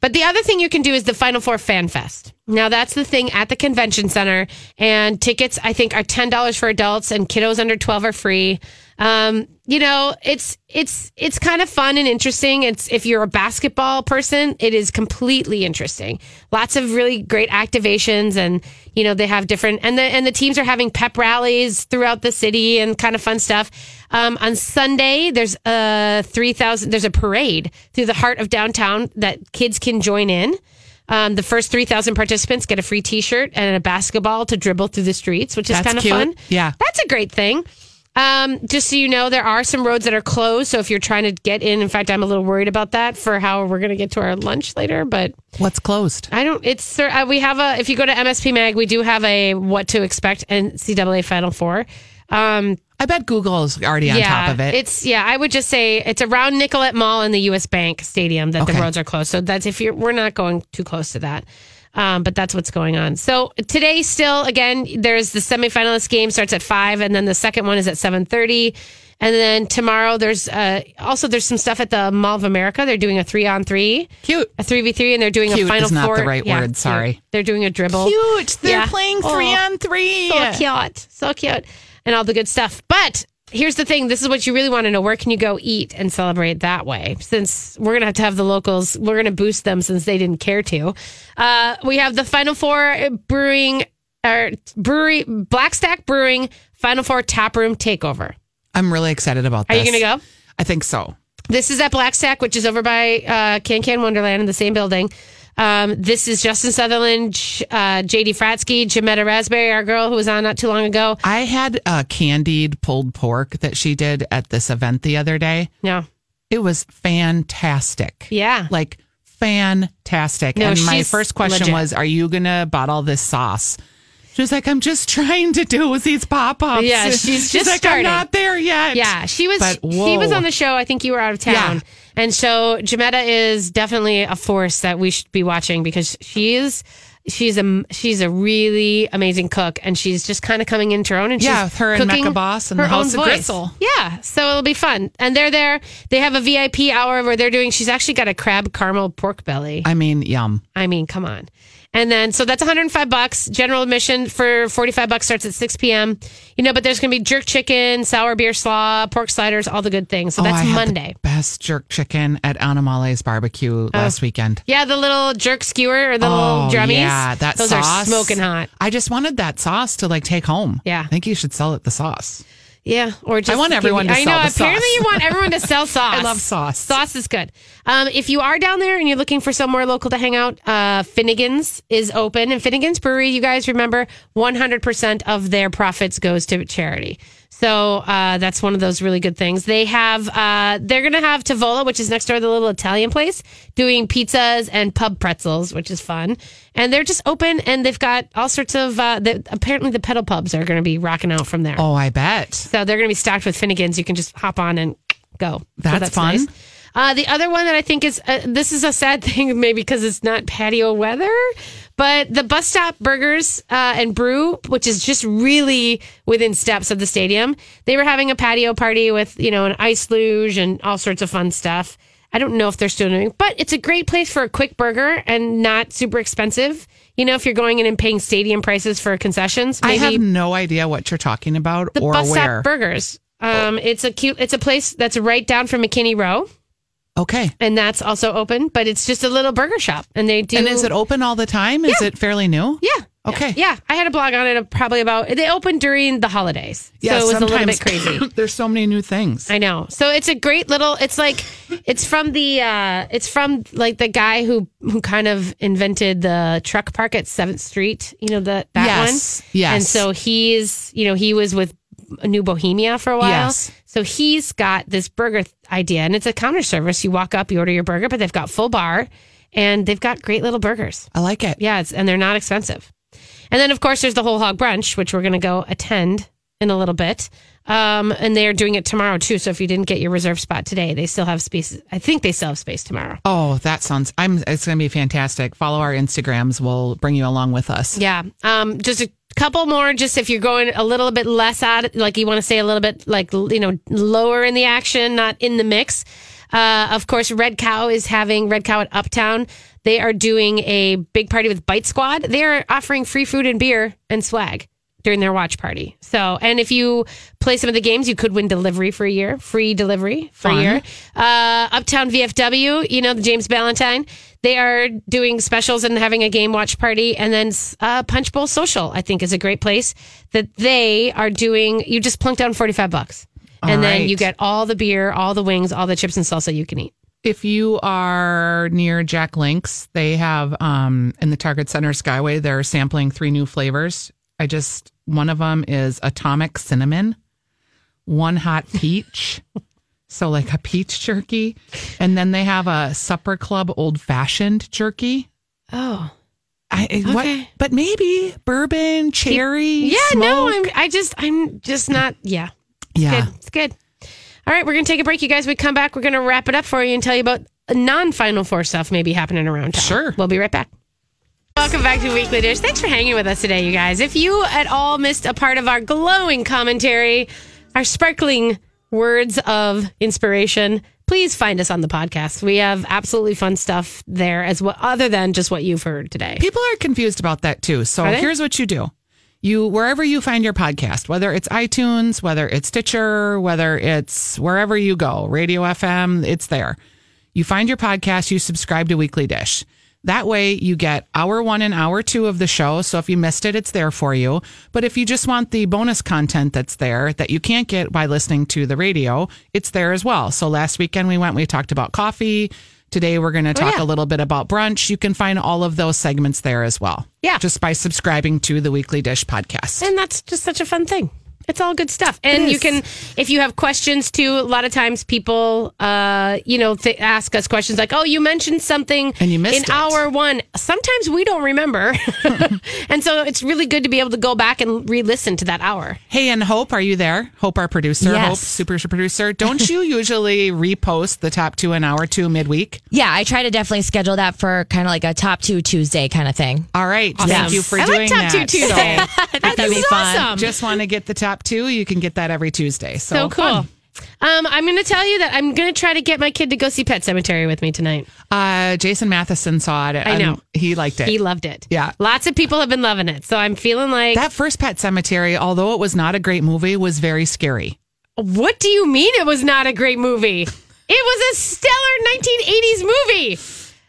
Speaker 1: but the other thing you can do is the Final Four Fan Fest. Now that's the thing at the convention center, and tickets I think are ten dollars for adults and kiddos under twelve are free. Um, you know, it's it's it's kind of fun and interesting. It's if you're a basketball person, it is completely interesting. Lots of really great activations, and you know they have different and the and the teams are having pep rallies throughout the city and kind of fun stuff. Um, on Sunday, there's a three thousand. There's a parade through the heart of downtown that kids can join in. Um, the first three thousand participants get a free T-shirt and a basketball to dribble through the streets, which is
Speaker 2: That's
Speaker 1: kind of
Speaker 2: cute.
Speaker 1: fun.
Speaker 2: Yeah.
Speaker 1: that's a great thing. Um, just so you know, there are some roads that are closed. So if you're trying to get in, in fact, I'm a little worried about that for how we're going to get to our lunch later. But
Speaker 2: What's closed?
Speaker 1: I don't. It's cer- uh, we have a. If you go to MSP Mag, we do have a what to expect NCAA Final Four. Um,
Speaker 2: I bet Google's already on
Speaker 1: yeah,
Speaker 2: top of it.
Speaker 1: It's yeah, I would just say it's around Nicollet Mall and the US Bank Stadium that the
Speaker 2: Okay.
Speaker 1: roads are closed. So that's if you're we're not going too close to that. Um, but that's what's going on. So today, still again, there's the semifinalist game starts at five, and then the second one is at seven thirty, and then tomorrow there's uh, also there's some stuff at the Mall of America. They're doing a three on three,
Speaker 2: Cute.
Speaker 1: a three v three, and they're doing
Speaker 2: Cute
Speaker 1: a
Speaker 2: is
Speaker 1: final
Speaker 2: not
Speaker 1: four.
Speaker 2: the right word, sorry.
Speaker 1: they're doing a dribble. Yeah. Oh
Speaker 2: three.
Speaker 1: so cute, so cute, and all the good stuff. But here's the thing: this is what you really want to know. Where can you go eat and celebrate that way? Since we're gonna have to have the locals, we're gonna boost them since they didn't care to. Uh, we have the Final Four er, Brewing or Brewery Black Stack Brewing Final Four Tap Room Takeover.
Speaker 2: I'm really excited about
Speaker 1: Are
Speaker 2: this.
Speaker 1: you gonna go?
Speaker 2: I think so.
Speaker 1: This is at Black Sack, which is over by uh, Can Can Wonderland in the same building. Um, this is Justin Sutherland, J- uh, JD Fratsky, Jametta Raspberry, our girl who was on not too long ago.
Speaker 2: I had a candied pulled pork that she did at this event the other day.
Speaker 1: No,
Speaker 2: It was fantastic.
Speaker 1: Yeah.
Speaker 2: Like fantastic.
Speaker 1: No,
Speaker 2: and my
Speaker 1: she's
Speaker 2: first question
Speaker 1: legit.
Speaker 2: was, are you going to bottle this sauce? She was like, I'm just trying to do these pop ups.
Speaker 1: Yeah,
Speaker 2: [LAUGHS]
Speaker 1: she's just
Speaker 2: like,
Speaker 1: starting.
Speaker 2: I'm not there yet.
Speaker 1: yeah, she was.
Speaker 2: But
Speaker 1: he was
Speaker 2: whoa.
Speaker 1: on the show. I think you were out of town,
Speaker 2: Yeah.
Speaker 1: and so Jametta is definitely a force that we should be watching because she is. She's a she's a really amazing cook, and she's just kind of coming into her own. And
Speaker 2: Yeah,
Speaker 1: she's
Speaker 2: with her and
Speaker 1: cooking
Speaker 2: Mecca Boss and
Speaker 1: her
Speaker 2: the House
Speaker 1: own
Speaker 2: of
Speaker 1: voice.
Speaker 2: Gristle.
Speaker 1: Yeah, so it'll be fun. And they're there. They have a VIP hour where they're doing. She's actually got a crab caramel pork belly.
Speaker 2: I mean, yum.
Speaker 1: I mean, come on. And then, so that's 105 bucks. General admission for 45 bucks starts at 6 p.m. You know, but there's going to be jerk chicken, sour beer slaw, pork sliders, all the good things. So
Speaker 2: Oh, I
Speaker 1: that's
Speaker 2: had the
Speaker 1: Monday. Oh.
Speaker 2: best jerk chicken at Anamale's barbecue last weekend.
Speaker 1: yeah, the little jerk skewer or the little drummies.
Speaker 2: Oh, Yeah, that
Speaker 1: Those
Speaker 2: sauce.
Speaker 1: are smoking hot.
Speaker 2: I just wanted that sauce to like take home.
Speaker 1: Yeah.
Speaker 2: I think you should sell it the sauce.
Speaker 1: Yeah, or just
Speaker 2: want
Speaker 1: give
Speaker 2: everyone
Speaker 1: me-
Speaker 2: to
Speaker 1: I
Speaker 2: sell
Speaker 1: know.
Speaker 2: the sauce.
Speaker 1: apparently, you want everyone to
Speaker 2: [LAUGHS]
Speaker 1: sell sauce.
Speaker 2: I love sauce.
Speaker 1: Sauce is good. Um, if you are down there and you're looking for somewhere local to hang out, uh, Finnegan's is open, and Finnegan's Brewery. You guys remember, 100% of their profits goes to charity. So uh, that's one of those really good things. They have. Uh, they're gonna have Tavola, which is next door, to the little Italian place, doing pizzas and pub pretzels, which is fun. And they're just open, and they've got all sorts of. Uh, the, apparently, the pedal pubs are gonna be rocking out from there.
Speaker 2: Oh, I bet.
Speaker 1: So they're going to be stocked with Finnegans. You can just hop on and go. So
Speaker 2: That's fun.
Speaker 1: Uh, the other one that I think is uh, this is a sad [LAUGHS] thing, maybe because it's not patio weather, but the bus stop burgers uh, and brew, which is just really within steps of the stadium. They were having a patio party with you know an ice luge and all sorts of fun stuff. I don't know if they're still doing, but it's a great place for a quick burger and not super expensive. You know, if you're going in and paying stadium prices for concessions,
Speaker 2: I
Speaker 1: maybe
Speaker 2: have no idea what you're talking about
Speaker 1: the
Speaker 2: or
Speaker 1: bus
Speaker 2: where.
Speaker 1: stop burgers. Um, it's a cute. It's a place that's right down from McKinney Row,
Speaker 2: okay.
Speaker 1: and that's also open. But it's just a little burger shop, and they do.
Speaker 2: And is it open all the time? Is it fairly new?
Speaker 1: Yeah.
Speaker 2: Okay.
Speaker 1: Yeah, I had a blog on it. Probably about they opened during the holidays,
Speaker 2: Yeah,
Speaker 1: so it was a little
Speaker 2: sometimes
Speaker 1: bit crazy.
Speaker 2: [LAUGHS] There's so many new things.
Speaker 1: I know. So it's a great little. It's like it's from the. uh It's from like the guy who who kind of invented the truck park at Seventh Street. You know the that
Speaker 2: Yes,
Speaker 1: one.
Speaker 2: yes.
Speaker 1: And so he's you know he was with New Bohemia for a while.
Speaker 2: Yes.
Speaker 1: So he's got this burger th- idea, and it's a counter service. You walk up, you order your burger, but they've got full bar, and they've got great little burgers.
Speaker 2: I like it.
Speaker 1: Yeah, it's, and they're not expensive. And then, of course, there's the Whole Hog Brunch, which we're going to go attend in a little bit. Um, and they are doing it tomorrow, too. So if you didn't get your reserve spot today, they still have space. I think they still have space tomorrow.
Speaker 2: Oh, that sounds. I'm. It's going to be fantastic. Follow our Instagrams. We'll bring you along with us.
Speaker 1: Yeah. Um, just a couple more, just if you're going a little bit less out, like you want to say a little bit like, l- you know, lower in the action, not in the mix. Uh, of course, Red Cow is having Red Cow at Uptown. They are doing a big party with Bite Squad. They are offering free food and beer and swag during their watch party. So, and if you play some of the games, you could win delivery for a year, free delivery for a
Speaker 2: Fun.
Speaker 1: year. Uh, Uptown VFW, you know, the James Ballantyne, they are doing specials and having a game watch party. And then uh, Punch Bowl Social, I think, is a great place that they are doing. You just plunk down 45 bucks. and then
Speaker 2: right.
Speaker 1: you get all the beer, all the wings, all the chips and salsa you can eat.
Speaker 2: If you are near Jack Links, they have um in the Target Center Skyway. They're sampling three new flavors. I just one of them is atomic cinnamon, one hot peach, [LAUGHS] so like a peach jerky, and then they have a supper club old fashioned jerky.
Speaker 1: Oh.
Speaker 2: I eh, what?
Speaker 1: Okay.
Speaker 2: But maybe bourbon, cherry.
Speaker 1: Yeah, no,
Speaker 2: smoke.
Speaker 1: I'm, I just, I'm just not, yeah.
Speaker 2: yeah.
Speaker 1: Good. It's good. All right, we're going to take a break, you guys. We come back. We're going to wrap it up for you and tell you about non Final Four stuff maybe happening around town.
Speaker 2: Sure.
Speaker 1: We'll be right back. Welcome back to Weekly Dish. Thanks for hanging with us today, you guys. If you at all missed a part of our glowing commentary, our sparkling words of inspiration, please find us on the podcast. We have absolutely fun stuff there as well, other than just what you've heard today.
Speaker 2: People are confused about that too. So
Speaker 1: Are they?
Speaker 2: here's what you do. You wherever you find your podcast, whether it's iTunes, whether it's Stitcher, whether it's wherever you go, Radio FM, it's there. You find your podcast, you subscribe to Weekly Dish. That way, you get hour one and hour two of the show. So if you missed it, it's there for you. But if you just want the bonus content that's there that you can't get by listening to the radio, it's there as well. So last weekend we went, we talked about coffee. Today we're going to talk
Speaker 1: Oh, yeah.
Speaker 2: a little bit about brunch. You can find all of those segments there as well.
Speaker 1: Yeah.
Speaker 2: Just by subscribing to the Weekly Dish podcast.
Speaker 1: And that's just such a fun thing. It's all good stuff. And you can, if you have questions too, a lot of times people, uh, you know, th- ask us questions like, oh, you mentioned something
Speaker 2: And you missed
Speaker 1: in
Speaker 2: it."
Speaker 1: hour one. Sometimes we don't remember. [LAUGHS] and so it's really good to be able to go back and re listen to that hour.
Speaker 2: Hey, and Hope, are you there? Hope, our producer,
Speaker 7: Yes.
Speaker 2: Hope, super producer. Don't you usually repost the top two an hour two midweek?
Speaker 8: Yeah, I try to definitely schedule that for kind of like a top two Tuesday kind of thing.
Speaker 2: All right. Thank you for
Speaker 1: I
Speaker 2: doing
Speaker 1: like Top
Speaker 2: that.
Speaker 1: Two Tuesday. [LAUGHS]
Speaker 8: That'd
Speaker 1: This
Speaker 8: be
Speaker 1: is
Speaker 8: fun.
Speaker 1: awesome.
Speaker 2: Just want to get the top two. You can get that every Tuesday.
Speaker 1: so
Speaker 2: So,
Speaker 1: cool.
Speaker 2: fun.
Speaker 1: Um, I'm going to tell you that I'm going to try to get my kid to go see Pet Cemetery with me tonight.
Speaker 2: Uh, Jason Matheson saw it. and
Speaker 1: know.
Speaker 2: He liked it.
Speaker 1: He loved it.
Speaker 2: Yeah.
Speaker 1: Lots of people have been loving it. So I'm feeling like,
Speaker 2: that first Pet Cemetery, although it was not a great movie, was very scary.
Speaker 1: What do you mean it was not a great movie? It was a stellar 1980s movie.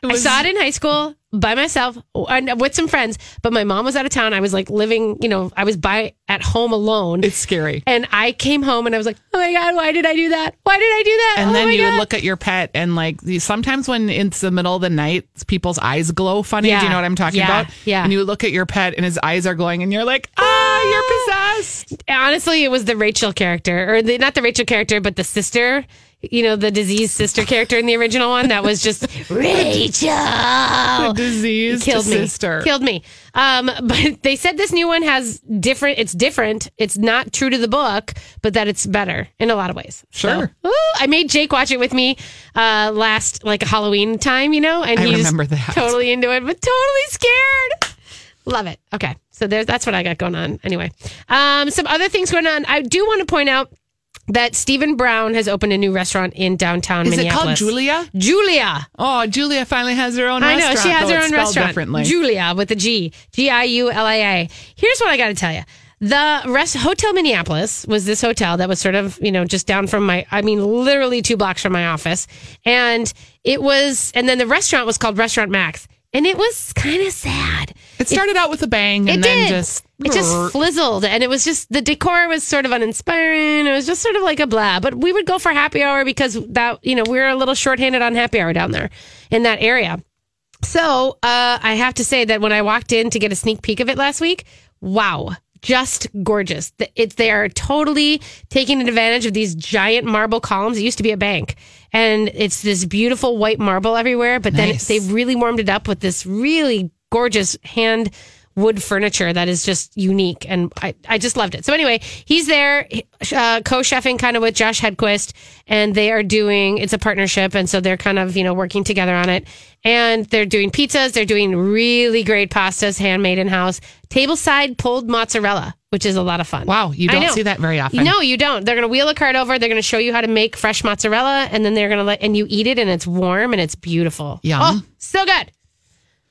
Speaker 1: I saw it in high school by myself and with some friends, but my mom was out of town. I was like living, you know, I was by at home alone.
Speaker 2: It's scary.
Speaker 1: and I came home and I was like, "Oh my god, why did I do that? Why did I do that?"
Speaker 2: And
Speaker 1: oh
Speaker 2: then
Speaker 1: my
Speaker 2: you
Speaker 1: God.
Speaker 2: would look at your pet and like you- sometimes when it's the middle of the night, people's eyes glow funny. Do
Speaker 1: Yeah.
Speaker 2: you know what I'm talking
Speaker 1: Yeah.
Speaker 2: about?
Speaker 1: Yeah.
Speaker 2: And you would look at your pet and his eyes are glowing and you're like, ah, you're possessed.
Speaker 1: honestly, it was the Rachel character, or the, not the Rachel character, but the sister. You know, the diseased sister character in the original one that was
Speaker 2: [LAUGHS]
Speaker 1: just Rachel.
Speaker 2: Disease
Speaker 1: killed me.
Speaker 2: sister.
Speaker 1: Killed me. Um, [LAUGHS] but they said this new one has different. It's different. It's not true to the book, but that it's better in a lot of ways.
Speaker 2: Sure.
Speaker 1: So, ooh, I made Jake watch it with me uh, last like Halloween time, you know, and
Speaker 2: I
Speaker 1: he was
Speaker 2: remember that.
Speaker 1: totally into it, but totally scared. Love it. Okay, so there's that's what I got going on. Anyway, um, some other things going on. I do want to point out. That Stephen Brown has opened a new restaurant in downtown
Speaker 2: Is it
Speaker 1: Minneapolis.
Speaker 2: called Julia?
Speaker 1: Julia.
Speaker 2: Oh, Julia finally has her own
Speaker 1: I know
Speaker 2: restaurant.
Speaker 1: she has
Speaker 2: though
Speaker 1: her
Speaker 2: it's
Speaker 1: own
Speaker 2: spelled
Speaker 1: restaurant.
Speaker 2: Differently.
Speaker 1: Julia with a G, G I U L I A. Here's what I got to tell you: the rest hotel Minneapolis was this hotel that was sort of you know just down from my, I mean literally two blocks from my office, and it was, and then the restaurant was called Restaurant Max, and it was kind of sad.
Speaker 2: it started out with a bang and
Speaker 1: it
Speaker 2: then
Speaker 1: did.
Speaker 2: just
Speaker 1: it just flizzled, and it was just the decor was sort of uninspiring. It was just sort of like a blah. But we would go for happy hour because that you know we were a little shorthanded on happy hour down there in that area. So uh, I have to say that when I walked in to get a sneak peek of it last week, wow, just gorgeous. The- It's they are totally taking advantage of these giant marble columns. It used to be a bank, and it's this beautiful white marble everywhere. But
Speaker 2: Nice.
Speaker 1: then they really warmed it up with this really gorgeous hand wood furniture that is just unique and I, I just loved it so anyway he's there uh, co-chefing kind of with josh hedquist and they are doing it's a partnership and so they're kind of you know working together on it and they're doing pizzas they're doing really great pastas handmade in house tableside pulled mozzarella which is a lot of fun
Speaker 2: Wow, you
Speaker 1: I
Speaker 2: don't
Speaker 1: know.
Speaker 2: see that very often.
Speaker 1: no you don't they're gonna wheel a cart over they're gonna show you how to make fresh mozzarella and then they're gonna let and you eat it and it's warm and it's beautiful
Speaker 2: Yum. Uh,
Speaker 1: oh so good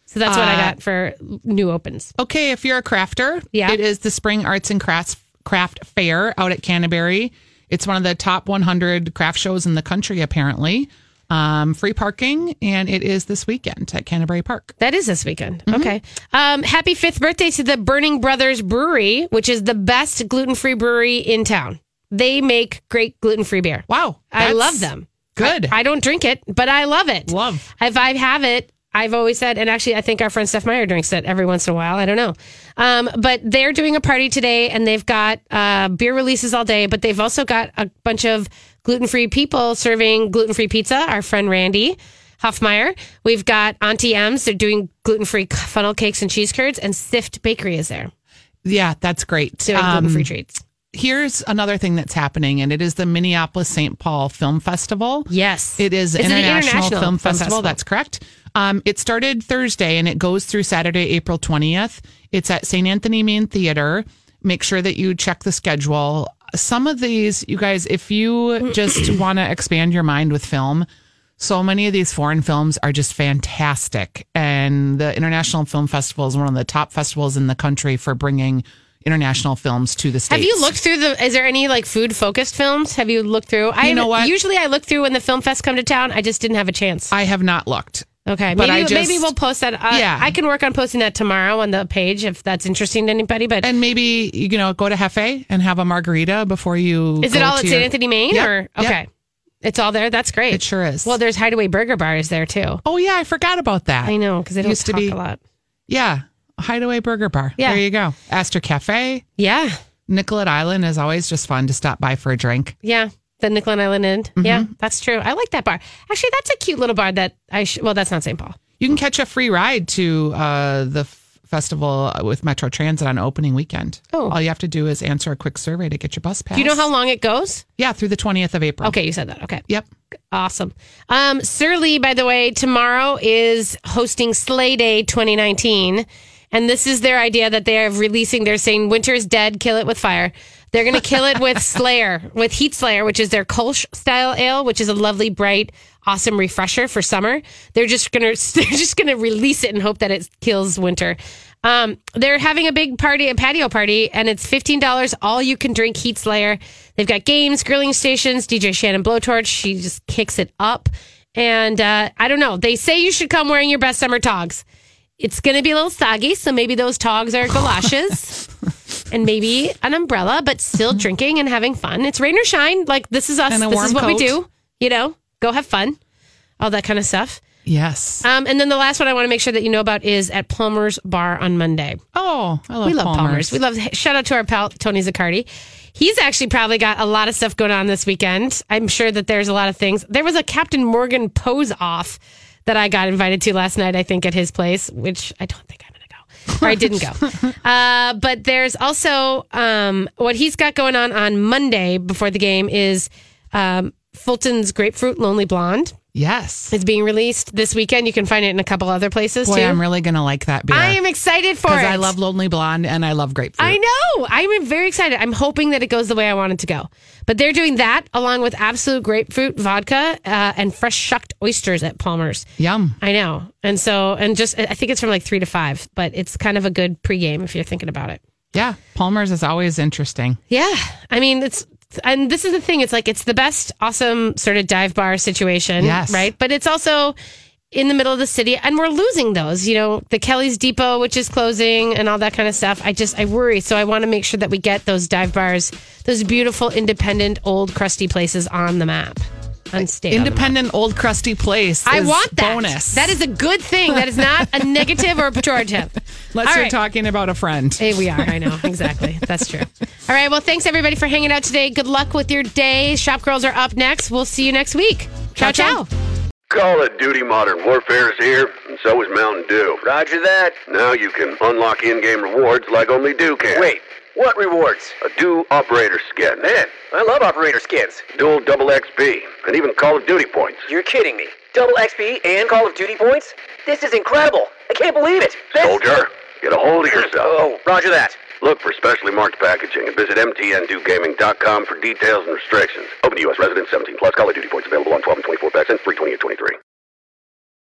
Speaker 1: so that's what i got for new opens
Speaker 2: Okay, if you're a crafter,
Speaker 1: Yeah.
Speaker 2: it is the Spring Arts and Crafts Craft Fair out at Canterbury. It's one of the top 100 craft shows in the country, apparently. Um, free parking, and it is this weekend at Canterbury Park.
Speaker 1: That is this weekend.
Speaker 2: Mm-hmm.
Speaker 1: Okay. Um, happy fifth birthday to the Burning Brothers Brewery, which is the best gluten free brewery in town. They make great gluten free beer.
Speaker 2: Wow,
Speaker 1: I
Speaker 2: that's
Speaker 1: love them.
Speaker 2: Good.
Speaker 1: I don't drink it, but I love it.
Speaker 2: Love.
Speaker 1: If I have it, I've always said, and actually, I think our friend Steph Meyer drinks it every once in a while. I don't know. Um, but they're doing a party today and they've got uh, beer releases all day, but they've also got a bunch of gluten free people serving gluten free pizza. Our friend Randy Hoffmeyer. We've got Auntie M's. They're doing gluten free funnel cakes and cheese curds, and Sift Bakery is there
Speaker 2: yeah, that's great.
Speaker 1: doing gluten free treats.
Speaker 2: Here's another thing that's happening, and it is the Minneapolis St. Paul Film Festival.
Speaker 1: Yes.
Speaker 2: It is
Speaker 1: It's an
Speaker 2: International,
Speaker 1: international
Speaker 2: Film,
Speaker 1: film
Speaker 2: Festival.
Speaker 1: festival.
Speaker 2: That's correct. Um, it started Thursday and it goes through Saturday, April 20th. It's at St. Anthony Main Theater. Make sure that you check the schedule. Some of these, you guys, if
Speaker 1: [CLEARS THROAT]
Speaker 2: you just want to expand your mind with film, so many of these foreign films are just fantastic. And the International Film Festival is one of the top festivals in the country for bringing international films to the States.
Speaker 1: Have you looked through the? Is there any like food focused films? Have you looked through? I
Speaker 2: know what?
Speaker 1: Usually, I look through when the film fest come to town. I just didn't have a chance.
Speaker 2: I have not looked.
Speaker 1: Okay,
Speaker 2: But
Speaker 1: maybe,
Speaker 2: I just-
Speaker 1: maybe we'll post that. Uh,
Speaker 2: Yeah.
Speaker 1: I can work on posting that tomorrow on the page if that's interesting to anybody. But
Speaker 2: And maybe you know, go to Hefe and have a margarita before you.
Speaker 1: is it
Speaker 2: go
Speaker 1: all
Speaker 2: to
Speaker 1: at
Speaker 2: your-
Speaker 1: St. Anthony, Maine?
Speaker 2: Yep,
Speaker 1: Or
Speaker 2: yep.
Speaker 1: okay, it's all there. That's great.
Speaker 2: It sure is.
Speaker 1: Well, there's Hideaway Burger Bar is there too.
Speaker 2: Oh yeah, I forgot about that.
Speaker 1: I know because they don't
Speaker 2: Used to
Speaker 1: talk
Speaker 2: be-
Speaker 1: a lot.
Speaker 2: Yeah, Hideaway Burger Bar.
Speaker 1: Yeah.
Speaker 2: there you go. Astor Cafe,
Speaker 1: Yeah,
Speaker 2: Nicollet Island is always just fun to stop by for a drink.
Speaker 1: yeah. The Nicklin Island Inn.
Speaker 2: Mm-hmm.
Speaker 1: Yeah, that's true. I like that bar. Actually, that's a cute little bar that I. Sh- well, that's not St. Paul.
Speaker 2: You can catch a free ride to uh, the f- festival with Metro Transit on opening weekend.
Speaker 1: Oh.
Speaker 2: all you have to do is answer a quick survey to get your bus pass.
Speaker 1: Do you know how long it goes?
Speaker 2: Yeah, through the twentieth of April.
Speaker 1: Okay, you said that. Okay.
Speaker 2: Yep.
Speaker 1: Awesome. Um, Surly, by the way, tomorrow is hosting Slay Day 2019. And this is their idea that they are releasing. They're saying winter is dead, kill it with fire. They're going to kill it with Slayer, with Heat Slayer, which is their Kolsch style ale, which is a lovely, bright, awesome refresher for summer. They're just going to, [LAUGHS] they're just going to release it and hope that it kills winter. Um, they're having a big party, a patio party, and it's fifteen dollars all you can drink Heat Slayer. They've got games, grilling stations, DJ Shannon Blowtorch. She just kicks it up, and uh, I don't know. They say you should come wearing your best summer togs. It's gonna be a little soggy, so maybe those togs are
Speaker 2: [LAUGHS]
Speaker 1: galoshes, and maybe an umbrella, but still drinking and having fun. It's rain or shine. Like this is us.
Speaker 2: And a
Speaker 1: This is
Speaker 2: warm
Speaker 1: what we
Speaker 2: coat.
Speaker 1: do. You know, go have fun, all that kind of stuff.
Speaker 2: Yes.
Speaker 1: Um, and then the last one I want to make sure that you know about is at Plumber's Bar on Monday.
Speaker 2: Oh, I love
Speaker 1: We love
Speaker 2: Palmer's.
Speaker 1: Palmer's. We love shout out to our pal Tony Zaccardi. He's actually probably got a lot of stuff going on this weekend. I'm sure that there's a lot of things. There was a Captain Morgan pose off that I got invited to last night. I think at his place, which I don't think I'm going to go or I didn't
Speaker 2: [LAUGHS]
Speaker 1: go. uh, but there's also um, what he's got going on on Monday before the game is um, Fulton's Grapefruit Lonely Blonde
Speaker 2: yes.
Speaker 1: is being released this weekend. You can find it in a couple other places
Speaker 2: Boy,
Speaker 1: too.
Speaker 2: I'm really gonna like that beer.
Speaker 1: I am excited for it.
Speaker 2: because I love Lonely Blonde and I love Grapefruit.
Speaker 1: I know. I'm very excited. I'm hoping that it goes the way I want it to go. But they're doing that along with absolute grapefruit vodka uh, and fresh shucked oysters at Palmer's.
Speaker 2: Yum.
Speaker 1: I know. And so, and just, I think it's from like three to five, but it's kind of a good pregame if you're thinking about it.
Speaker 2: Yeah, Palmer's is always interesting.
Speaker 1: Yeah. I mean, it's, and this is the thing. It's like, it's the best, awesome sort of dive bar situation.
Speaker 2: Yes.
Speaker 1: Right. But it's also in the middle of the city and we're losing those, you know, the Kelly's Depot, which is closing and all that kind of stuff. I just, I worry. So I want to make sure that we get those dive bars, those beautiful, independent, old, crusty places on the map. On state. on the map.
Speaker 2: Independent old crusty place.
Speaker 1: I
Speaker 2: is
Speaker 1: want that.
Speaker 2: bonus.
Speaker 1: That is a good thing. That is not
Speaker 2: [LAUGHS]
Speaker 1: a negative or a pejorative.
Speaker 2: Unless
Speaker 1: All
Speaker 2: you're
Speaker 1: right.
Speaker 2: talking about a
Speaker 1: [LAUGHS]
Speaker 2: friend.
Speaker 1: Hey, we are. I know. Exactly. That's true. All right. Well, thanks everybody for hanging out today. Good luck with your day. Shop Girls are up next. We'll see you next week. Ciao, ciao.
Speaker 9: Call of Duty Modern Warfare is here, and so is Mountain Dew. Roger that. Now you can unlock in-game rewards like only Dew can. Wait, what rewards? A Dew operator skin. Man, I love operator skins. Dual double XP, and even Call of Duty points. You're kidding me. Double XP and Call of Duty points? This is incredible. I can't believe it. Soldier, get a hold of yourself. Oh, roger that. Look for specially marked packaging and visit mtndewgaming.com for details and restrictions. Open to U.S. residents 17 plus. Call of Duty points available on 12 and 24 packs and free 20 and 23.